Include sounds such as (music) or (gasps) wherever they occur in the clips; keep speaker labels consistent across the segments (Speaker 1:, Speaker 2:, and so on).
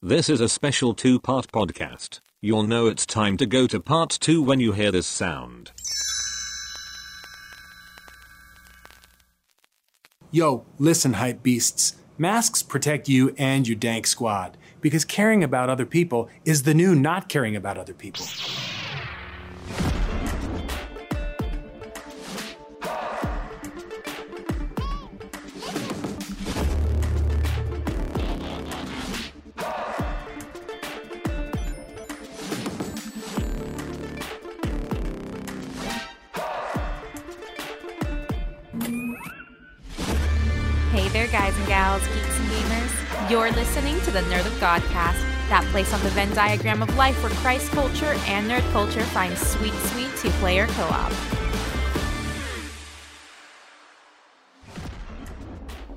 Speaker 1: This is a special two part podcast. You'll know it's time to go to part two when you hear this sound.
Speaker 2: Yo, listen, hype beasts. Masks protect you and your dank squad because caring about other people is the new not caring about other people.
Speaker 3: Hey there, guys and gals, geeks and gamers. You're listening to the Nerd of Godcast, that place on the Venn diagram of life where Christ culture and nerd culture find sweet, sweet two player co op.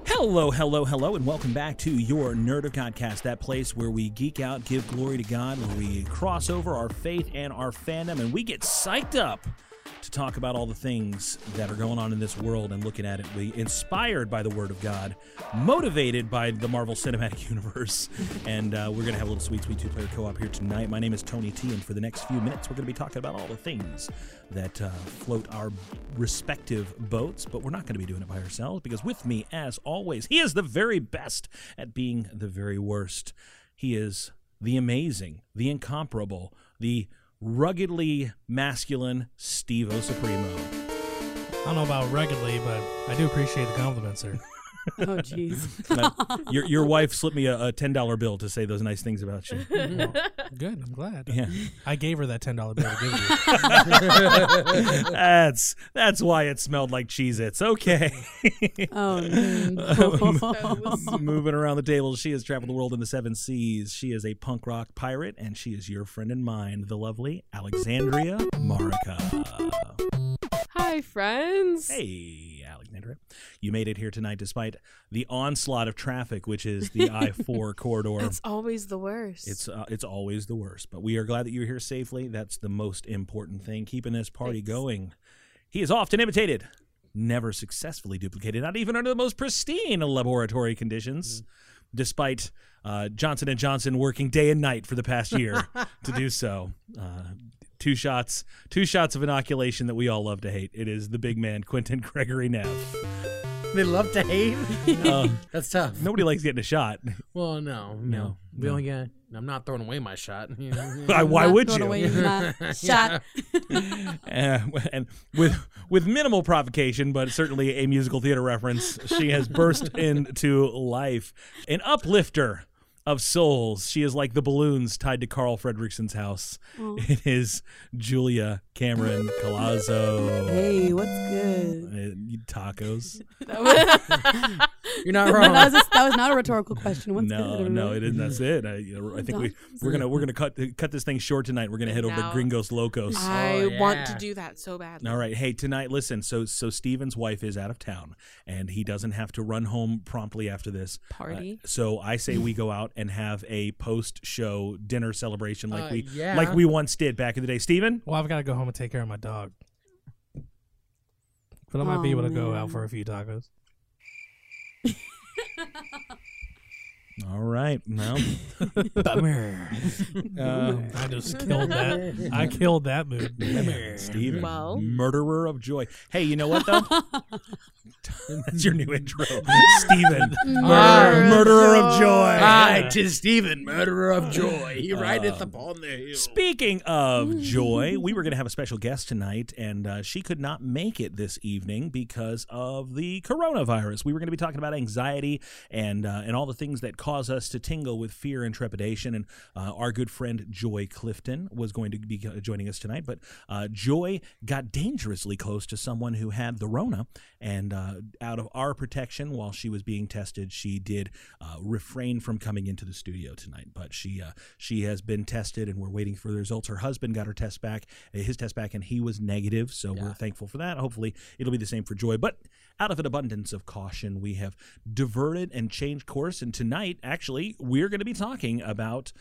Speaker 4: Hello, hello, hello, and welcome back to your Nerd of Godcast, that place where we geek out, give glory to God, where we cross over our faith and our fandom, and we get psyched up to talk about all the things that are going on in this world and looking at it. We inspired by the Word of God, motivated by the Marvel Cinematic (laughs) Universe, and uh, we're going to have a little sweet, sweet two-player co-op here tonight. My name is Tony T, and for the next few minutes, we're going to be talking about all the things that uh, float our respective boats, but we're not going to be doing it by ourselves because with me, as always, he is the very best at being the very worst. He is the amazing, the incomparable, the ruggedly masculine Steve O Supremo.
Speaker 5: I don't know about regularly, but I do appreciate the
Speaker 6: (laughs)
Speaker 5: compliments, sir.
Speaker 7: Oh jeez.
Speaker 4: My- your, your wife slipped me a, a $10 bill to say those nice things about you. (laughs)
Speaker 5: Well, (laughs) good. I'm glad.
Speaker 4: Yeah.
Speaker 5: I gave her that ten dollar bill to give you.
Speaker 4: that's that's why it smelled like Cheez Its. Okay. (laughs)
Speaker 7: Oh
Speaker 8: (laughs)
Speaker 7: no.
Speaker 4: moving around the table. She has traveled the world in the seven seas. She is a punk rock pirate, and she is your friend and mine, the lovely Alexandria Marika.
Speaker 7: Hi friends.
Speaker 4: Hey, Alexandria. You made it here tonight despite the onslaught of traffic, which is the I 4 corridor.
Speaker 7: It's always the worst.
Speaker 4: It's uh, it's always the worst, but we are glad that you're here safely. That's the most important thing, keeping this party going. He is often imitated, never successfully duplicated, not even under the most pristine laboratory conditions,
Speaker 7: Mm-hmm.
Speaker 4: despite uh, Johnson and Johnson working day and night for the past
Speaker 7: (laughs)
Speaker 4: year to do so. Uh, two shots, two shots of inoculation that we all love to hate. It is the big man Quentin Gregory Neff.
Speaker 6: (laughs) They love to
Speaker 5: (laughs)
Speaker 6: hate.
Speaker 4: Um,
Speaker 6: That's tough.
Speaker 4: nobody likes getting a shot. (laughs)
Speaker 6: Well, no, no. We only get. I'm not throwing away my shot. (laughs)
Speaker 4: Why- Why
Speaker 7: Not
Speaker 4: would
Speaker 7: throwing
Speaker 4: you?
Speaker 7: away my shot.
Speaker 4: Uh, and with with minimal provocation, but certainly a musical theater reference, she has burst into life, an uplifter of souls. She is like the balloons tied to Carl Fredrickson's house. It is Julia Cameron Colazo.
Speaker 7: Hey, what's good?
Speaker 4: (laughs) Tacos?
Speaker 7: That was,
Speaker 6: You're
Speaker 8: (laughs)
Speaker 6: not
Speaker 7: that
Speaker 6: wrong.
Speaker 7: was, (laughs) a, that was not a rhetorical question. What's
Speaker 4: (laughs) no,
Speaker 7: good?
Speaker 4: no, it isn't. That's it. I, I think we we're gonna we're gonna cut cut this thing short tonight. We're gonna head over to
Speaker 9: Now-
Speaker 4: Gringos Locos.
Speaker 9: I
Speaker 6: Oh,
Speaker 9: want to
Speaker 6: yeah.
Speaker 9: do that so badly.
Speaker 4: All right. Hey, tonight, listen. So, so Steven's wife is out of town, and he doesn't have to run home promptly after this Uh,
Speaker 9: Party?
Speaker 4: so I say we go out and have a post-show dinner celebration, like
Speaker 6: Uh,
Speaker 4: we,
Speaker 6: yeah.
Speaker 4: like we once did back in the day. Steven?
Speaker 5: Well, I've got to go home and take care of my dog, but I might be
Speaker 7: Aw,
Speaker 6: Oh,
Speaker 5: able to go
Speaker 7: man.
Speaker 5: out for a few tacos.
Speaker 4: All right. Well,
Speaker 5: Bummer.
Speaker 4: uh,
Speaker 5: Um,
Speaker 4: (laughs)
Speaker 5: I just killed that. I killed that mood.
Speaker 4: man, Steven,
Speaker 9: Well.
Speaker 4: murderer of joy. Hey, you know what though? (laughs) That's your new intro, Steven,
Speaker 6: Murderer
Speaker 4: murderer,
Speaker 6: of
Speaker 4: of joy.
Speaker 6: Hi, tis Stephen, murderer of joy. He rideth upon the hill.
Speaker 4: Speaking of joy, we were going to have a special guest tonight, and uh, she could not make it this evening because of the coronavirus. We were going to be talking about anxiety and uh, and all the things that cause us to tingle with fear and trepidation. And uh, our good friend Joy Clifton was going to be uh, joining us tonight, but uh, Joy got dangerously close to someone who had the Rona, and uh, out of our protection, while she was being tested, she did uh, refrain from coming into the studio tonight. But she uh, she has been tested, and we're waiting for the results. Her husband got her test back, uh, his test back, and he was negative. So we're thankful for that. Hopefully, it'll be the same for Joy. But out of an abundance of caution, we have diverted and changed course. And tonight, actually, we're going to be talking about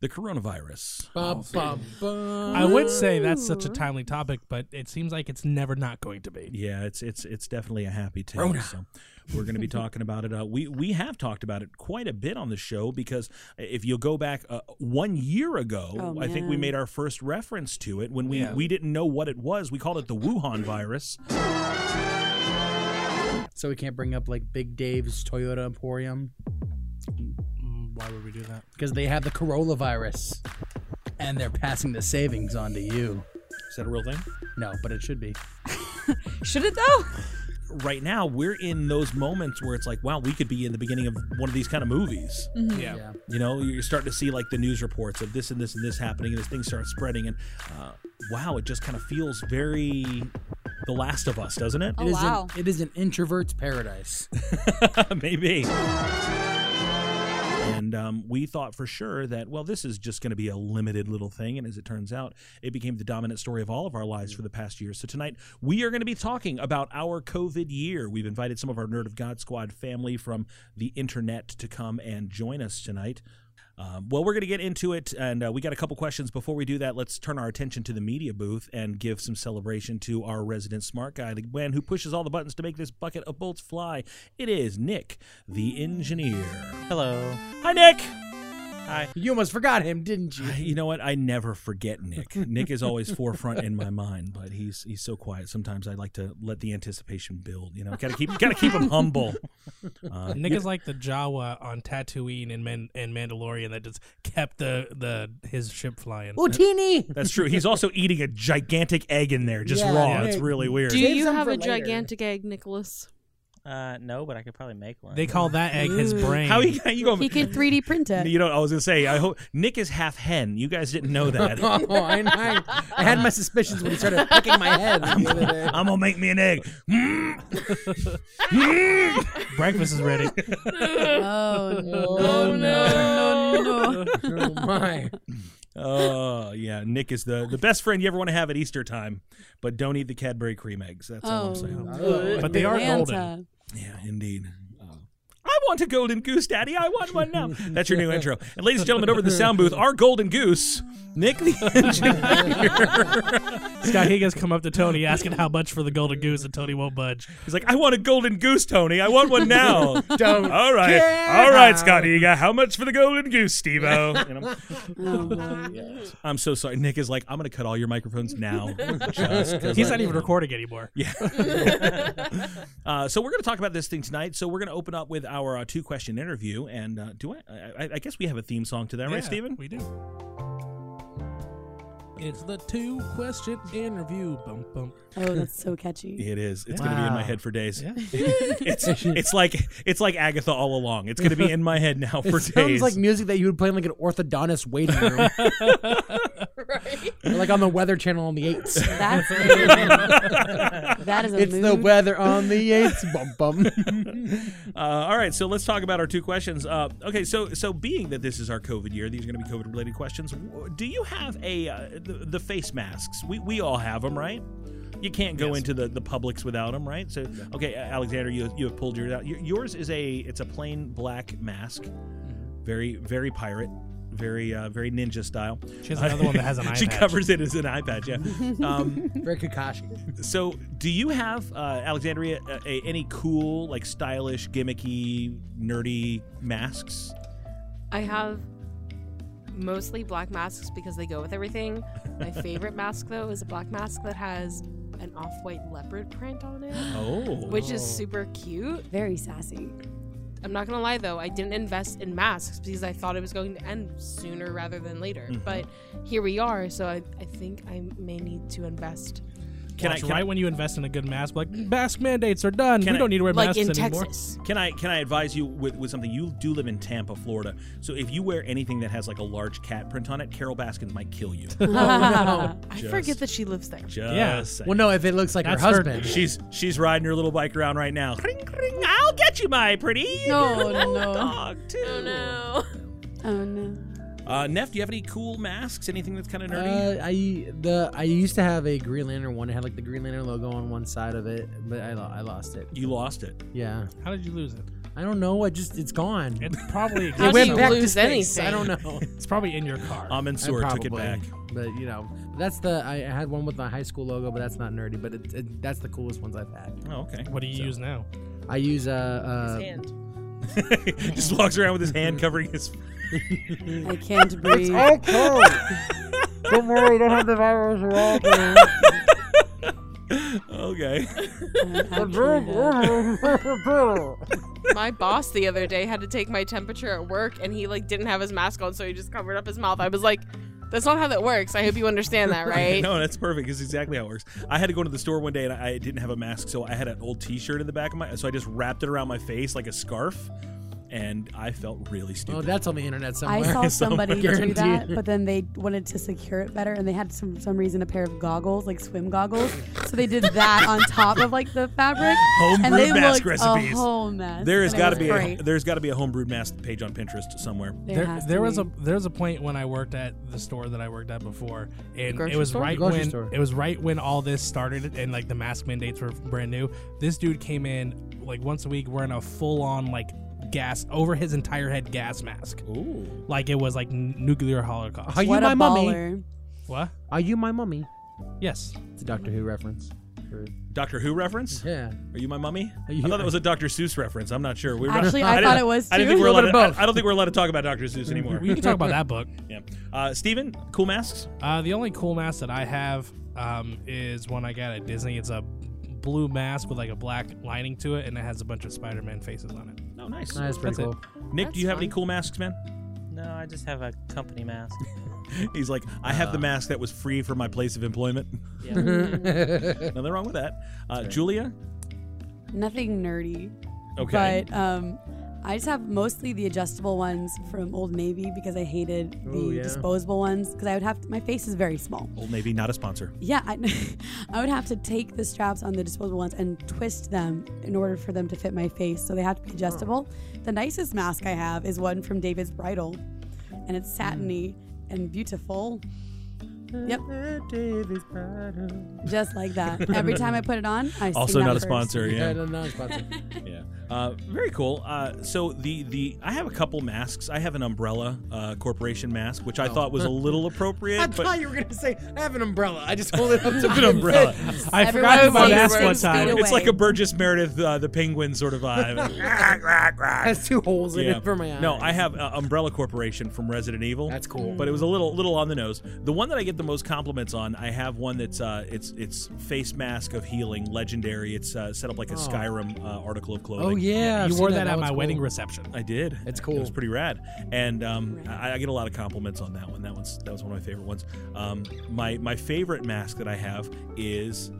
Speaker 4: the coronavirus.
Speaker 6: Bum, bum, bum.
Speaker 5: I would say that's such a
Speaker 6: Oh.
Speaker 5: timely topic, but it seems like it's never not going to be.
Speaker 4: Yeah, it's it's it's definitely a happy tale. So we're going to be talking about it. Uh, we we have talked about it quite a bit on the show because if you'll go back uh, one year ago,
Speaker 7: Oh,
Speaker 4: I think we
Speaker 7: man.
Speaker 4: made our first reference to it when we we didn't know what it was. We called it the Wuhan virus.
Speaker 6: So we can't bring up like Big Dave's Toyota Emporium
Speaker 5: Mm, Why would we do that?
Speaker 6: because they have the Corolla virus, and they're passing the savings on to you.
Speaker 4: Is that a real thing?
Speaker 6: No, but it should be.
Speaker 7: Should it though?
Speaker 4: Right now, we're in those moments where it's like, wow, we could be in the beginning of one of these kind of movies.
Speaker 5: Yeah.
Speaker 6: Yeah.
Speaker 4: You know, you're starting to see like the news reports of this and this and this happening, and as things start spreading, and uh, wow, it just kind of feels very The Last of Us, doesn't it?
Speaker 7: Oh,
Speaker 6: It is an-
Speaker 7: wow.
Speaker 6: it is an introvert's paradise. (laughs)
Speaker 4: (laughs) Maybe. And um, we thought for sure that, well, this is just going to be a limited little thing. And as it turns out, it became the dominant story of all of our lives for the past year. So tonight, we are going to be talking about our COVID year. We've invited some of our Nerd of God Squad family from the internet to come and join us tonight. Um, well, we're going to get into it, and uh, we got a couple questions. Before we do that, let's turn our attention to the media booth and give some celebration to our resident smart guy, the man who pushes all the buttons to make this bucket of bolts fly. It is Nick, the engineer.
Speaker 9: Hello.
Speaker 4: Hi, Nick.
Speaker 6: You almost forgot him, didn't you?
Speaker 4: You know what? I never forget Nick. (laughs) Nick is always forefront in my mind, but he's he's so quiet. Sometimes I like to let the anticipation build. You know, gotta keep gotta keep him humble. Uh,
Speaker 5: Nick is like the Jawa on Tatooine and Man- and Mandalorian that just kept the, the his ship flying.
Speaker 7: Oh,
Speaker 6: Utini.
Speaker 4: that's true. He's also eating a gigantic egg in there, just
Speaker 6: Yeah,
Speaker 4: raw.
Speaker 5: Nick,
Speaker 4: It's really weird.
Speaker 7: Do
Speaker 6: Saves
Speaker 7: you
Speaker 6: them
Speaker 7: have
Speaker 6: for
Speaker 7: a
Speaker 6: later.
Speaker 7: gigantic egg, Nicholas?
Speaker 9: Uh, no, but I could probably make one.
Speaker 5: They call that egg his
Speaker 7: Ooh.
Speaker 5: brain.
Speaker 4: How you, you going?
Speaker 7: He can 3D print it.
Speaker 4: You know, I was gonna say. I hope Nick is half hen. You guys didn't know
Speaker 6: (laughs)
Speaker 4: that.
Speaker 6: Oh, I, I, I had my suspicions when he started picking my head. The other day.
Speaker 4: (laughs) I'm gonna make me an egg. Mm.
Speaker 5: Breakfast is
Speaker 7: (laughs)
Speaker 5: ready.
Speaker 7: Oh no!
Speaker 6: Oh,
Speaker 7: no! No! no.
Speaker 6: Oh my!
Speaker 4: Oh yeah, Nick is the the best friend you ever want to have at Easter time, but don't eat the Cadbury cream eggs. That's all
Speaker 7: Oh,
Speaker 4: I'm saying.
Speaker 5: But they are golden.
Speaker 7: Santa.
Speaker 4: Yeah, indeed. I want a golden goose, Daddy. I want one now. That's your new intro. And ladies and gentlemen, over at the sound booth, our golden goose, Nick the (laughs) engineer.
Speaker 5: Scott Higgins come up to Tony asking how much for the golden goose, and Tony won't budge.
Speaker 4: He's like, I want a golden goose, Tony. I want one now.
Speaker 6: Don't.
Speaker 4: All right,
Speaker 6: care.
Speaker 4: all right, Scott Eaga. How much for the golden goose, Steve-O? And I'm-
Speaker 7: Oh, boy.
Speaker 4: I'm so sorry. Nick is like, I'm gonna cut all your microphones now. Just 'cause
Speaker 5: He's
Speaker 4: I-
Speaker 5: not even recording anymore.
Speaker 4: Uh, so we're gonna talk about this thing tonight. So we're gonna open up with our uh, two question interview. And uh, do I, I? I guess we have a theme song to that,
Speaker 5: Yeah,
Speaker 4: right, Steven?
Speaker 5: We do. It's the two question interview. Bum, bum.
Speaker 7: oh, that's so
Speaker 4: (laughs)
Speaker 7: catchy.
Speaker 4: It is. It's gonna be in my
Speaker 6: Wow.
Speaker 4: head for days. (laughs) it's it's like it's like Agatha all along. It's gonna be in my head now for days.
Speaker 6: Sounds like music that you would play in like an orthodontist waiting room, Or, like on the Weather Channel on the eights.
Speaker 4: (laughs)
Speaker 7: That's that is a
Speaker 6: It's
Speaker 7: mood.
Speaker 6: the weather on the eights. Bum bum.
Speaker 4: Uh, all right, so let's talk about our two questions. Uh, okay, so so being that this is our COVID year, these are going to be COVID related questions. W- Do you have a uh, the, the face masks? We we all have them, right? You can't go into the the Publix without them, right? So okay, uh, Alexander, you you have pulled yours out. Y- Yours is a it's a plain black mask,
Speaker 5: Mm-hmm.
Speaker 4: very very pirate. Very, uh, very ninja style.
Speaker 5: She has another one that has an
Speaker 4: (laughs)
Speaker 5: eye
Speaker 4: she
Speaker 5: patch.
Speaker 4: covers it as an eye patch. Yeah. (laughs) Um,
Speaker 6: Very Kakashi.
Speaker 4: so, do you have uh, Alexandria uh, a, any cool, like stylish, gimmicky, nerdy masks?
Speaker 8: I have mostly black masks because they go with everything. My favorite mask though is a black mask that has an off-white leopard print on it,
Speaker 4: Oh,
Speaker 8: which is super cute.
Speaker 7: Very sassy.
Speaker 8: I'm not gonna lie though, I didn't invest in masks because I thought it was going to end sooner rather than later. But here we are, so I, I think I may need to invest,
Speaker 4: can I
Speaker 5: Watch
Speaker 4: can,
Speaker 5: right when you invest in a good mask, like mask mandates are done.
Speaker 4: Can
Speaker 5: we
Speaker 4: I-
Speaker 5: don't need to wear
Speaker 8: like
Speaker 5: masks
Speaker 8: in
Speaker 1: (laughs)
Speaker 5: anymore.
Speaker 8: Texas.
Speaker 4: I can I can I advise you with, with something? You do live in Tampa, Florida, so if you wear anything that has like a large cat print on it, Carol Baskins might kill you.
Speaker 8: (laughs) I
Speaker 4: Just-
Speaker 8: forget that she lives there.
Speaker 4: Just
Speaker 5: Yeah.
Speaker 4: saying.
Speaker 6: Well, no, if it looks like
Speaker 5: That's
Speaker 6: her
Speaker 5: her-
Speaker 6: husband.
Speaker 4: she's she's riding her little bike around right now. Cring, cring, I'll get you, my pretty.
Speaker 7: No,
Speaker 4: (laughs)
Speaker 7: no,
Speaker 4: Dog too. Oh
Speaker 8: No.
Speaker 7: oh no.
Speaker 4: (laughs) Uh, Neff, do you have any cool masks? Anything that's kind of nerdy?
Speaker 6: Uh, I the I used to have a Green Lantern one. It had like the Green Lantern logo on one side of it, but I, lo- I lost it.
Speaker 4: you lost it.
Speaker 6: Yeah,
Speaker 5: How did you lose it?
Speaker 6: I
Speaker 10: I don't know. I just it's gone.
Speaker 5: It's probably
Speaker 10: (laughs)
Speaker 8: How
Speaker 10: it
Speaker 8: do
Speaker 10: went
Speaker 8: you
Speaker 10: back
Speaker 8: lose
Speaker 10: to space.
Speaker 8: anything?
Speaker 10: I don't know.
Speaker 5: it's probably in your car.
Speaker 4: Amin Sur took it
Speaker 10: Probably.
Speaker 4: back.
Speaker 10: But you know, that's the I I had one with my high school logo, but that's not nerdy. But it, it, that's the coolest ones I've had.
Speaker 4: Oh, okay. (laughs)
Speaker 5: what do you use now?
Speaker 10: I use uh, uh
Speaker 9: Hand.
Speaker 4: Just walks around with his
Speaker 10: (laughs)
Speaker 4: hand covering his.
Speaker 7: I can't breathe.
Speaker 6: (laughs)
Speaker 10: don't worry, don't have the virus or all.
Speaker 4: Okay.
Speaker 7: I'm actually dead.
Speaker 8: my boss the other day had to take my temperature at work and he like didn't have his mask on so he just covered up his mouth i was like that's not how that works i hope you understand that
Speaker 4: (laughs)
Speaker 8: right
Speaker 4: No, that's perfect. It's exactly how it works. I had to go to the store one day and I I didn't have a mask, so I had an old T-shirt in the back of my. So I just wrapped it around my face like a scarf, and I felt really
Speaker 10: Oh,
Speaker 4: stupid.
Speaker 10: that's on the internet
Speaker 7: I
Speaker 10: somewhere.
Speaker 7: saw somebody do that,
Speaker 10: Guaranteed.
Speaker 7: but then they wanted to secure it better, and they had some some reason a pair of goggles, like swim goggles. So they did that on top of like the fabric, and
Speaker 4: Homebrew
Speaker 7: they
Speaker 4: mask
Speaker 7: looked
Speaker 4: recipes.
Speaker 7: a whole mess.
Speaker 4: there has
Speaker 7: and it
Speaker 4: got to
Speaker 7: was
Speaker 4: be a,
Speaker 7: great.
Speaker 4: there's got to be a homebrewed mask page on Pinterest somewhere.
Speaker 7: there, has to
Speaker 5: there was
Speaker 7: be.
Speaker 5: a there was a point when I worked at the store that I worked at before, and
Speaker 8: grocery
Speaker 5: it was
Speaker 8: store?
Speaker 5: right
Speaker 10: The grocery
Speaker 5: when
Speaker 10: store.
Speaker 5: it was right when all this started, and like the mask mandates were brand new. This dude came in like once a week wearing a full on like gas over his entire head gas mask,
Speaker 4: Ooh.
Speaker 5: like it was like n- nuclear holocaust.
Speaker 10: Are you
Speaker 7: what
Speaker 10: my
Speaker 7: a
Speaker 10: mummy?
Speaker 7: baller.
Speaker 5: What?
Speaker 10: Are you my mummy?
Speaker 5: Yes.
Speaker 10: It's a Doctor Who reference. Or-
Speaker 4: Doctor Who reference?
Speaker 10: Yeah.
Speaker 4: Are you my mummy?
Speaker 10: Are you-
Speaker 4: I thought that was a Dr. Seuss reference. I'm not sure. We were
Speaker 7: Actually,
Speaker 4: I
Speaker 7: I
Speaker 4: didn't-
Speaker 7: thought it was
Speaker 4: I
Speaker 7: too.
Speaker 4: didn't think we're
Speaker 10: A
Speaker 4: allowed.
Speaker 10: little
Speaker 4: To,
Speaker 10: bit of both.
Speaker 4: I, I don't think we're allowed to talk about Dr. Seuss anymore.
Speaker 5: We can talk about that book.
Speaker 4: yeah. Uh, Steven, cool masks.
Speaker 5: Uh, the only cool mask that I have um, is one I got at Disney. It's a blue mask with like a black lining to it, and it has a bunch of Spider-Man faces on it.
Speaker 4: No, nice.
Speaker 10: That's pretty
Speaker 5: That's it.
Speaker 10: cool.
Speaker 4: Nick,
Speaker 8: That's
Speaker 4: do you have any
Speaker 8: fun.
Speaker 4: cool masks, man? (laughs)
Speaker 9: No, I just have a company mask.
Speaker 4: He's like, I have the mask that was free from my place of employment.
Speaker 10: (laughs)
Speaker 9: Yeah.
Speaker 4: Nothing wrong with that. Uh, Julia,
Speaker 7: Nothing nerdy.
Speaker 4: okay.
Speaker 7: But um, I just have mostly the adjustable ones from Old Navy because I hated the
Speaker 10: Ooh, yeah.
Speaker 7: disposable ones because I would have to, my face is very small.
Speaker 4: Old Navy, not a sponsor.
Speaker 7: Yeah, I, (laughs) I would have to take the straps on the disposable ones and twist them in order for them to fit my face. So they have to be adjustable. The nicest mask I have is one from David's Bridal, and it's satiny and beautiful. Yep, just like that. Every time I put it on, I
Speaker 4: Also
Speaker 7: sing that
Speaker 4: not a
Speaker 7: first.
Speaker 4: sponsor.
Speaker 10: Yeah,
Speaker 4: Yeah,
Speaker 10: no, no, it's sponsored.
Speaker 4: yeah. Uh, very cool. Uh, so the the I have a couple masks. I have an umbrella uh, corporation mask, which I
Speaker 10: Oh.
Speaker 4: thought was
Speaker 10: (laughs)
Speaker 4: a little appropriate.
Speaker 10: I
Speaker 4: but (laughs)
Speaker 10: thought you were gonna say I have an umbrella. I just hold it
Speaker 5: (laughs)
Speaker 10: up to
Speaker 4: an
Speaker 7: (laughs)
Speaker 4: umbrella.
Speaker 5: I
Speaker 7: Everyone
Speaker 5: forgot about
Speaker 7: stays
Speaker 5: mask
Speaker 7: six
Speaker 5: one
Speaker 7: feet
Speaker 5: time.
Speaker 7: away.
Speaker 4: It's like a Burgess Meredith, uh, the Penguin sort
Speaker 10: (laughs)
Speaker 4: of vibe.
Speaker 10: has two holes in
Speaker 4: Yeah.
Speaker 10: it for my eyes.
Speaker 4: No, I have uh, Umbrella Corporation from Resident Evil.
Speaker 10: That's cool.
Speaker 4: But it was a little little on the nose. The one that I get the most compliments on, I have one that's uh, it's it's face mask of healing, legendary. It's uh, set up like a Skyrim uh, article of clothing.
Speaker 10: Oh yeah, I've
Speaker 5: You
Speaker 10: seen
Speaker 5: wore that, at
Speaker 10: one's
Speaker 5: my
Speaker 10: cool.
Speaker 5: wedding reception.
Speaker 4: I did.
Speaker 10: It's
Speaker 4: It
Speaker 10: cool.
Speaker 4: was pretty rad, and um, I, I get a lot of compliments on that one. That one's that was one of my favorite ones. Um, my my favorite mask that I have is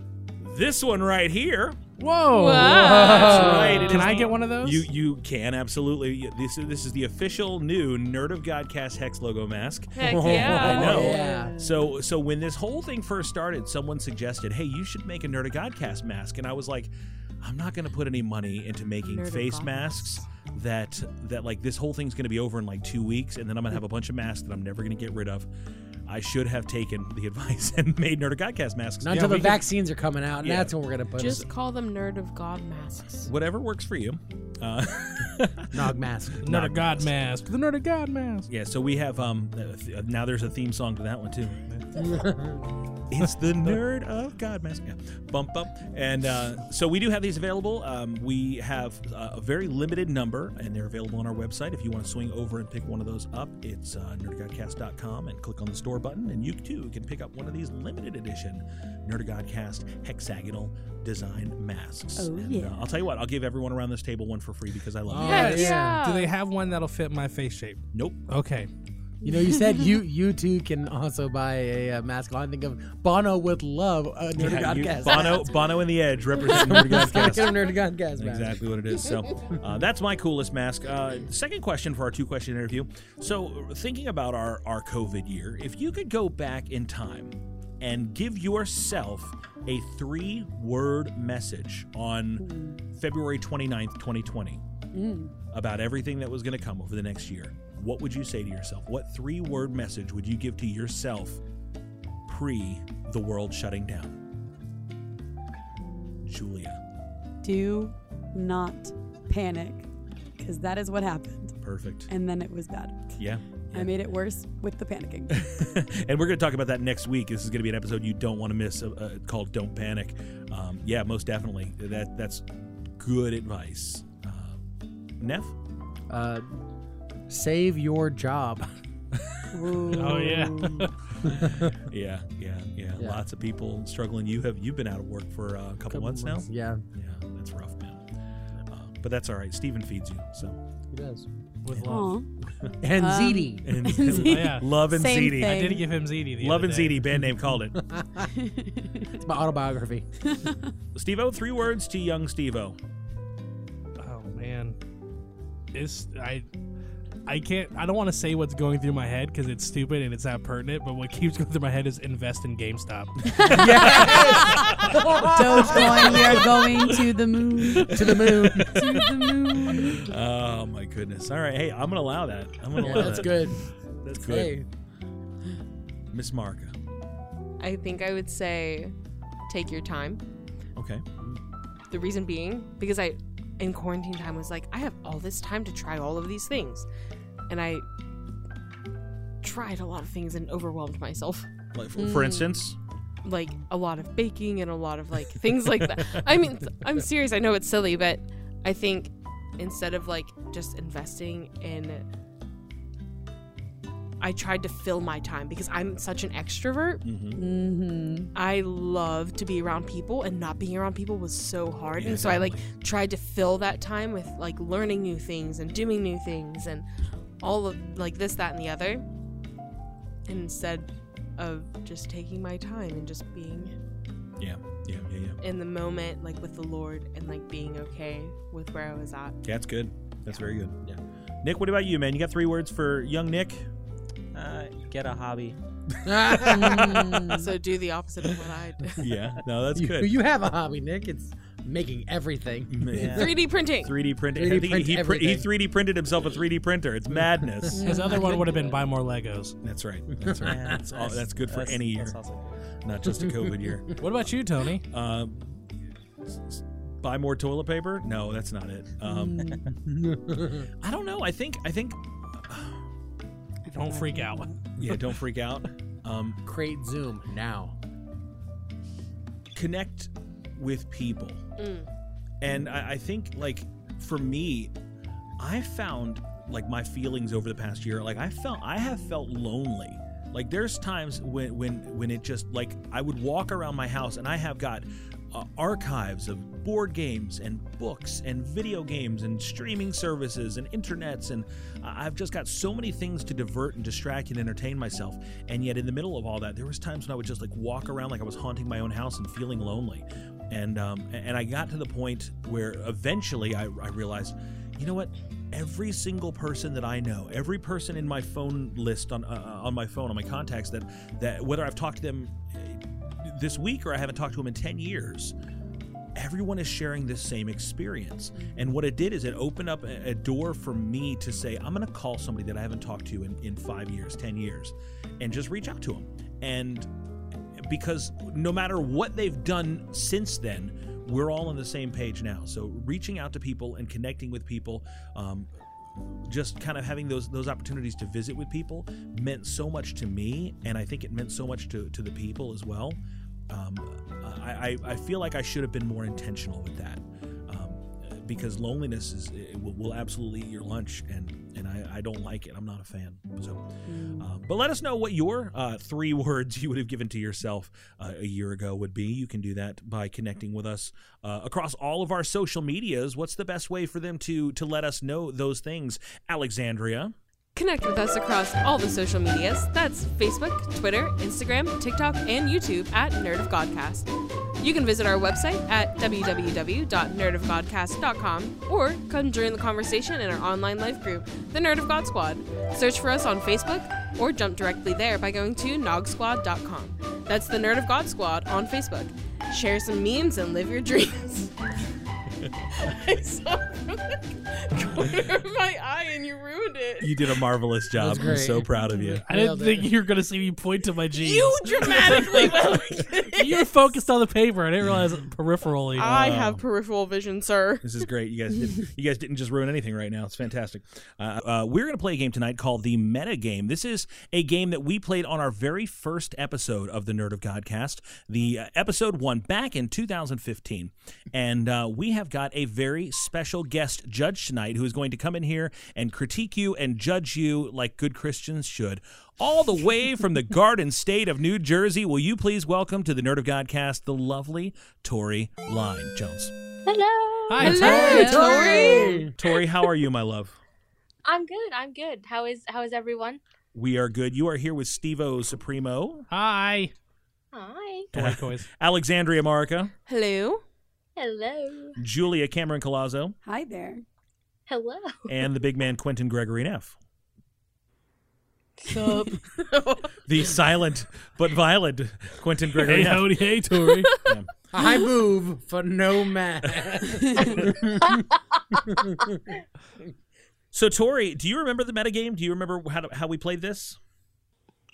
Speaker 4: this one right here.
Speaker 5: Whoa!
Speaker 4: right, it
Speaker 5: Can
Speaker 4: is
Speaker 5: I
Speaker 4: the-
Speaker 5: get one of those?
Speaker 4: You you can absolutely. This this is the official new Nerd of Godcast hex logo mask.
Speaker 8: Heck
Speaker 4: I
Speaker 8: yeah.
Speaker 4: know.
Speaker 10: Yeah.
Speaker 4: So so when this whole thing first started, someone suggested, "Hey, you should make a Nerd of Godcast mask," and I was like, "I'm not going to put any money into making
Speaker 8: Nerd of
Speaker 4: face
Speaker 8: Godcast.
Speaker 4: masks." That that like this whole thing's going to be over in like two weeks, and then I'm going to have a bunch of masks that I'm never going to get rid of. I should have taken the (laughs) advice and made Nerd of Godcast masks.
Speaker 10: Not
Speaker 5: Yeah,
Speaker 10: until the
Speaker 5: we can-
Speaker 10: vaccines are coming out, and
Speaker 4: Yeah.
Speaker 10: that's when we're gonna put
Speaker 8: just
Speaker 10: just
Speaker 8: call them nerd of god masks
Speaker 4: Whatever works for you.
Speaker 10: nog mask.
Speaker 5: Another god mask. The nerd of god mask.
Speaker 4: Yeah, so we have um uh, th- uh, now there's a theme song to that one too. it's the nerd of God mask. Yeah. Bump bump. And uh, so we do have these available. Um, we have uh, a very limited number, and they're available on our website. If you want to swing over and pick one of those up, it's uh, nerdgodcast.com and click on the store button, and you too can pick up one of these limited edition Nerd of Godcast hexagonal design masks.
Speaker 7: Oh,
Speaker 4: And,
Speaker 7: yeah. Oh,
Speaker 4: uh, I'll tell you what, I'll give everyone around this table one for free because I love it.
Speaker 10: Yes.
Speaker 8: yeah
Speaker 5: Do they have one that'll fit my face shape?
Speaker 4: Nope.
Speaker 5: Okay.
Speaker 10: You know, you said you you too can also buy a uh, mask. I think of Bono with love. Uh, Nerd
Speaker 4: Yeah, you-
Speaker 10: Godcast.
Speaker 4: Bono, Bono and the Edge represent Nerd (laughs)
Speaker 10: Get a
Speaker 4: Godcast.
Speaker 10: Nerd Godcast mask.
Speaker 4: Exactly what it is. So uh, that's my coolest mask. Uh, second question for our two question interview. So thinking about our our COVID year, if you could go back in time and give yourself a three word message on February 29th, 2020 about everything that was going to come over the next year, what would you say to yourself? What three word message would you give to yourself pre the world shutting down? Julia.
Speaker 7: Do not panic. because that is what happened.
Speaker 4: Perfect.
Speaker 7: And then it was bad.
Speaker 4: Yeah. (laughs)
Speaker 7: I made it worse with the panicking.
Speaker 4: and we're going to talk about that next week. This is going to be an episode you don't want to miss uh, uh, called "Don't Panic." Um, yeah, most definitely. That that's good advice. Uh, Neff,
Speaker 10: Uh, save your job.
Speaker 4: Oh, yeah. yeah, yeah, yeah,
Speaker 10: Yeah.
Speaker 4: Lots of people struggling. You have you've been out of work for uh, a couple, months, now.
Speaker 10: Yeah.
Speaker 4: yeah, that's rough, man. Uh, but that's all right. Steven feeds you, so
Speaker 10: He does.
Speaker 5: With
Speaker 7: love.
Speaker 10: And Um, ZD.
Speaker 4: and,
Speaker 10: and
Speaker 5: ZD. Oh, yeah.
Speaker 4: (laughs) love and
Speaker 5: Same
Speaker 4: ZD.
Speaker 5: thing. I did give him ZD the
Speaker 4: love
Speaker 5: other
Speaker 4: and
Speaker 5: day.
Speaker 4: ZD band name called it.
Speaker 10: It's my autobiography.
Speaker 4: Steve O, three words to young Steve O.
Speaker 5: Oh man, it's I. I can't. I don't want to say what's going through my head because it's stupid and it's not pertinent. But what keeps going through my head is invest in GameStop.
Speaker 7: Dogecoin, we are going to the moon. Mm-hmm.
Speaker 10: To the moon.
Speaker 7: to the moon.
Speaker 4: Oh my goodness! All right, hey, I'm gonna allow that. I'm gonna
Speaker 10: Yeah,
Speaker 4: allow
Speaker 10: that's
Speaker 4: that.
Speaker 10: good.
Speaker 4: That's good.
Speaker 10: Hey.
Speaker 4: Miss Marka.
Speaker 8: I think I would say take your time.
Speaker 4: Okay.
Speaker 8: The reason being because I in quarantine time was like I have all this time to try all of these things. And I tried a lot of things and overwhelmed myself. (laughs)
Speaker 4: Like for, for
Speaker 8: Mm.
Speaker 4: instance,
Speaker 8: Like a lot of baking and a lot of like things like that. I mean, I'm serious. I know it's silly, but I think instead of like just investing in I tried to fill my time because I'm such an extrovert.
Speaker 7: Mm-hmm.
Speaker 8: I love to be around people, and not being around people was so hard. and so I like tried to fill that time with like learning new things and doing new things and all of like this, that, and the other. And instead of just taking my time and just being
Speaker 4: yeah, yeah, yeah, yeah.
Speaker 8: in the moment, like with the Lord, and like being okay with where I was at.
Speaker 4: That's good. That's very good. Yeah. Nick, what about you, man? You got three words for young Nick?
Speaker 9: Uh, get a
Speaker 4: (laughs)
Speaker 9: hobby.
Speaker 8: so do the opposite of what I did.
Speaker 4: Yeah. (laughs) No,
Speaker 10: (laughs)
Speaker 4: that's
Speaker 10: you,
Speaker 4: good.
Speaker 5: (laughs)
Speaker 10: You have a hobby, Nick. It's making everything.
Speaker 4: Yeah.
Speaker 8: 3D printing.
Speaker 4: 3D printing.
Speaker 10: 3D
Speaker 4: I think
Speaker 10: print
Speaker 4: he, he, pr- he
Speaker 10: everything.
Speaker 4: 3D printed himself a 3D printer. It's madness.
Speaker 5: His other one would have been buy more Legos.
Speaker 4: That's right. That's right.
Speaker 9: Yeah,
Speaker 4: that's, all,
Speaker 9: that's-
Speaker 4: that's good for
Speaker 9: that's-
Speaker 4: any year,
Speaker 9: that's also
Speaker 4: not just a COVID year.
Speaker 5: What about you, Tony?
Speaker 4: Um, s- s- buy more toilet paper? No, that's not it. Um, I don't know. I think I think
Speaker 5: Don't freak
Speaker 7: (laughs)
Speaker 5: out.
Speaker 4: yeah. Don't freak out. Um,
Speaker 10: Create Zoom now.
Speaker 4: connect with people. And I, I think, like, for me, I found like my feelings over the past year. Like, I felt I have felt lonely. Like, there's times when when when it just like I would walk around my house and I have got uh, archives of board games and books and video games and streaming services and internets and I- I've just got so many things to divert and distract and entertain myself. And yet, in the middle of all that, there was times when I would just like walk around like I was haunting my own house and feeling lonely. And um, and I got to the point where eventually I, I realized, you know what? Every single person that I know, every person in my phone list on uh, on my phone on my contacts that that whether I've talked to them uh, this week or I haven't talked to them in ten years, everyone is sharing this same experience. And what it did is it opened up a, a door for me to say, I'm going to call somebody that I haven't talked to in, in five years, 10 years, and just reach out to them. And because no matter what they've done since then, we're all on the same page now. So reaching out to people and connecting with people, um, just kind of having those those opportunities to visit with people meant so much to me, and I think it meant so much to to the people as well. Um, I, I I feel like I should have been more intentional with that, um, because loneliness is it will, will absolutely eat your lunch, and and I, I don't like it. I'm not a fan. So,
Speaker 8: Mm.
Speaker 4: um, but let us know what your uh, three (laughs) words you would have given to yourself uh, a year ago would be. You can do that by connecting with us uh, across all of our social medias. What's the best way for them to to let us know those things, Alexandria?
Speaker 8: Connect with us across all the social medias. That's Facebook, Twitter, Instagram, TikTok, and YouTube at Nerd of Godcast. You can visit our website at www.nerdofgodcast.com or come join the conversation in our online life group, the Nerd of God Squad. Search for us on Facebook or jump directly there by going to nogsquad.com. That's the Nerd of God Squad on Facebook. (laughs) Share some memes and live your dreams. I saw- corner of my eye and you ruined it.
Speaker 4: You did a marvelous
Speaker 8: (laughs)
Speaker 4: job. I'm so proud of you.
Speaker 5: I didn't think you were gonna see me point to my jeans.
Speaker 8: You dramatically (laughs)
Speaker 5: You're focused on the paper. I didn't realize it peripherally. Uh,
Speaker 8: I have peripheral vision, sir.
Speaker 4: This is great. You guys, did, you guys didn't just ruin anything right now. It's fantastic. Uh, uh, we're going to play a game tonight called the Meta Game. This is a game that we played on our very first episode of the Nerd of Godcast, the uh, episode one back in 2015, and uh, we have got a very special guest judge tonight who is going to come in here and critique you and judge you like good Christians should. All the way from the Garden State of New Jersey, will you please welcome to the Nerd of Godcast the lovely Tori Line Jones.
Speaker 11: Hello.
Speaker 5: Hi, Hello,
Speaker 8: Tori.
Speaker 4: Tori, how are you, my love?
Speaker 11: I'm good. I'm good. How is how is everyone?
Speaker 4: We are good. You are here with Stevo Supremo,
Speaker 5: Hi.
Speaker 11: Hi.
Speaker 5: Toy toys.
Speaker 4: Alexandria Marica,
Speaker 8: Hello.
Speaker 11: Hello.
Speaker 4: Julia Cameron Colazzo,
Speaker 7: Hi there.
Speaker 11: Hello.
Speaker 4: and the big man Quentin Gregory Neff.
Speaker 8: Sup.
Speaker 4: The silent but violent Quentin Gregory
Speaker 5: Hey,
Speaker 4: Neff.
Speaker 5: howdy, hey, Tori.
Speaker 4: (laughs) Yeah.
Speaker 10: (laughs) I move for no
Speaker 5: (laughs)
Speaker 10: man.
Speaker 4: So, Tori, do you remember the metagame? Do you remember how, to, how we played this?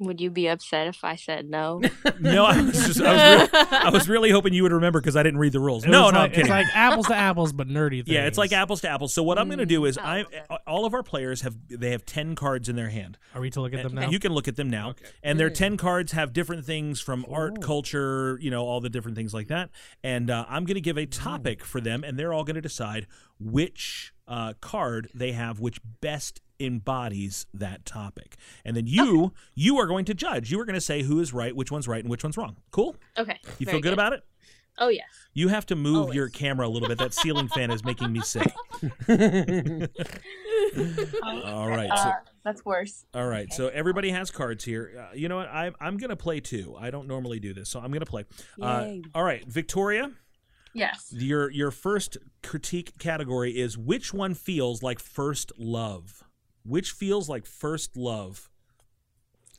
Speaker 11: Would you be upset if I said (laughs) no?
Speaker 4: No, I was, just, I was, really, I was really hoping you would remember because I didn't read the rules.
Speaker 5: It
Speaker 4: no,
Speaker 5: was
Speaker 4: no,
Speaker 5: like,
Speaker 4: I'm kidding.
Speaker 5: It's like apples to apples, but nerdy. Things.
Speaker 4: Yeah, it's like apples to apples. So what I'm going to do is, I
Speaker 11: love it.
Speaker 4: all of our players have they have ten cards in their hand.
Speaker 5: Are we to look at them
Speaker 4: And
Speaker 5: now?
Speaker 4: You can look at them now, and
Speaker 11: Hmm.
Speaker 4: their ten cards have different things from art, culture, you know, all the different things like that. And uh, I'm going to give a topic for them, and they're all going to decide which uh, card they have, which best embodies that topic. And then you you are going to judge. You are going to say who is right, which one's right, and which one's wrong. Cool.
Speaker 11: Okay.
Speaker 4: You
Speaker 11: very
Speaker 4: feel good, about it?
Speaker 11: Oh yes.
Speaker 4: You have to move
Speaker 11: Always.
Speaker 4: your camera a little bit. That ceiling fan is making me
Speaker 11: (laughs)
Speaker 4: sick. All right. So,
Speaker 11: that's worse.
Speaker 4: all right. So everybody has cards here. Uh, you know what? I'm I'm gonna play two. I don't normally do this, so I'm gonna play. Uh,
Speaker 7: Yay.
Speaker 4: all right, Victoria.
Speaker 11: Yes.
Speaker 4: Your your first critique category is which one feels like first love. Which feels like first love.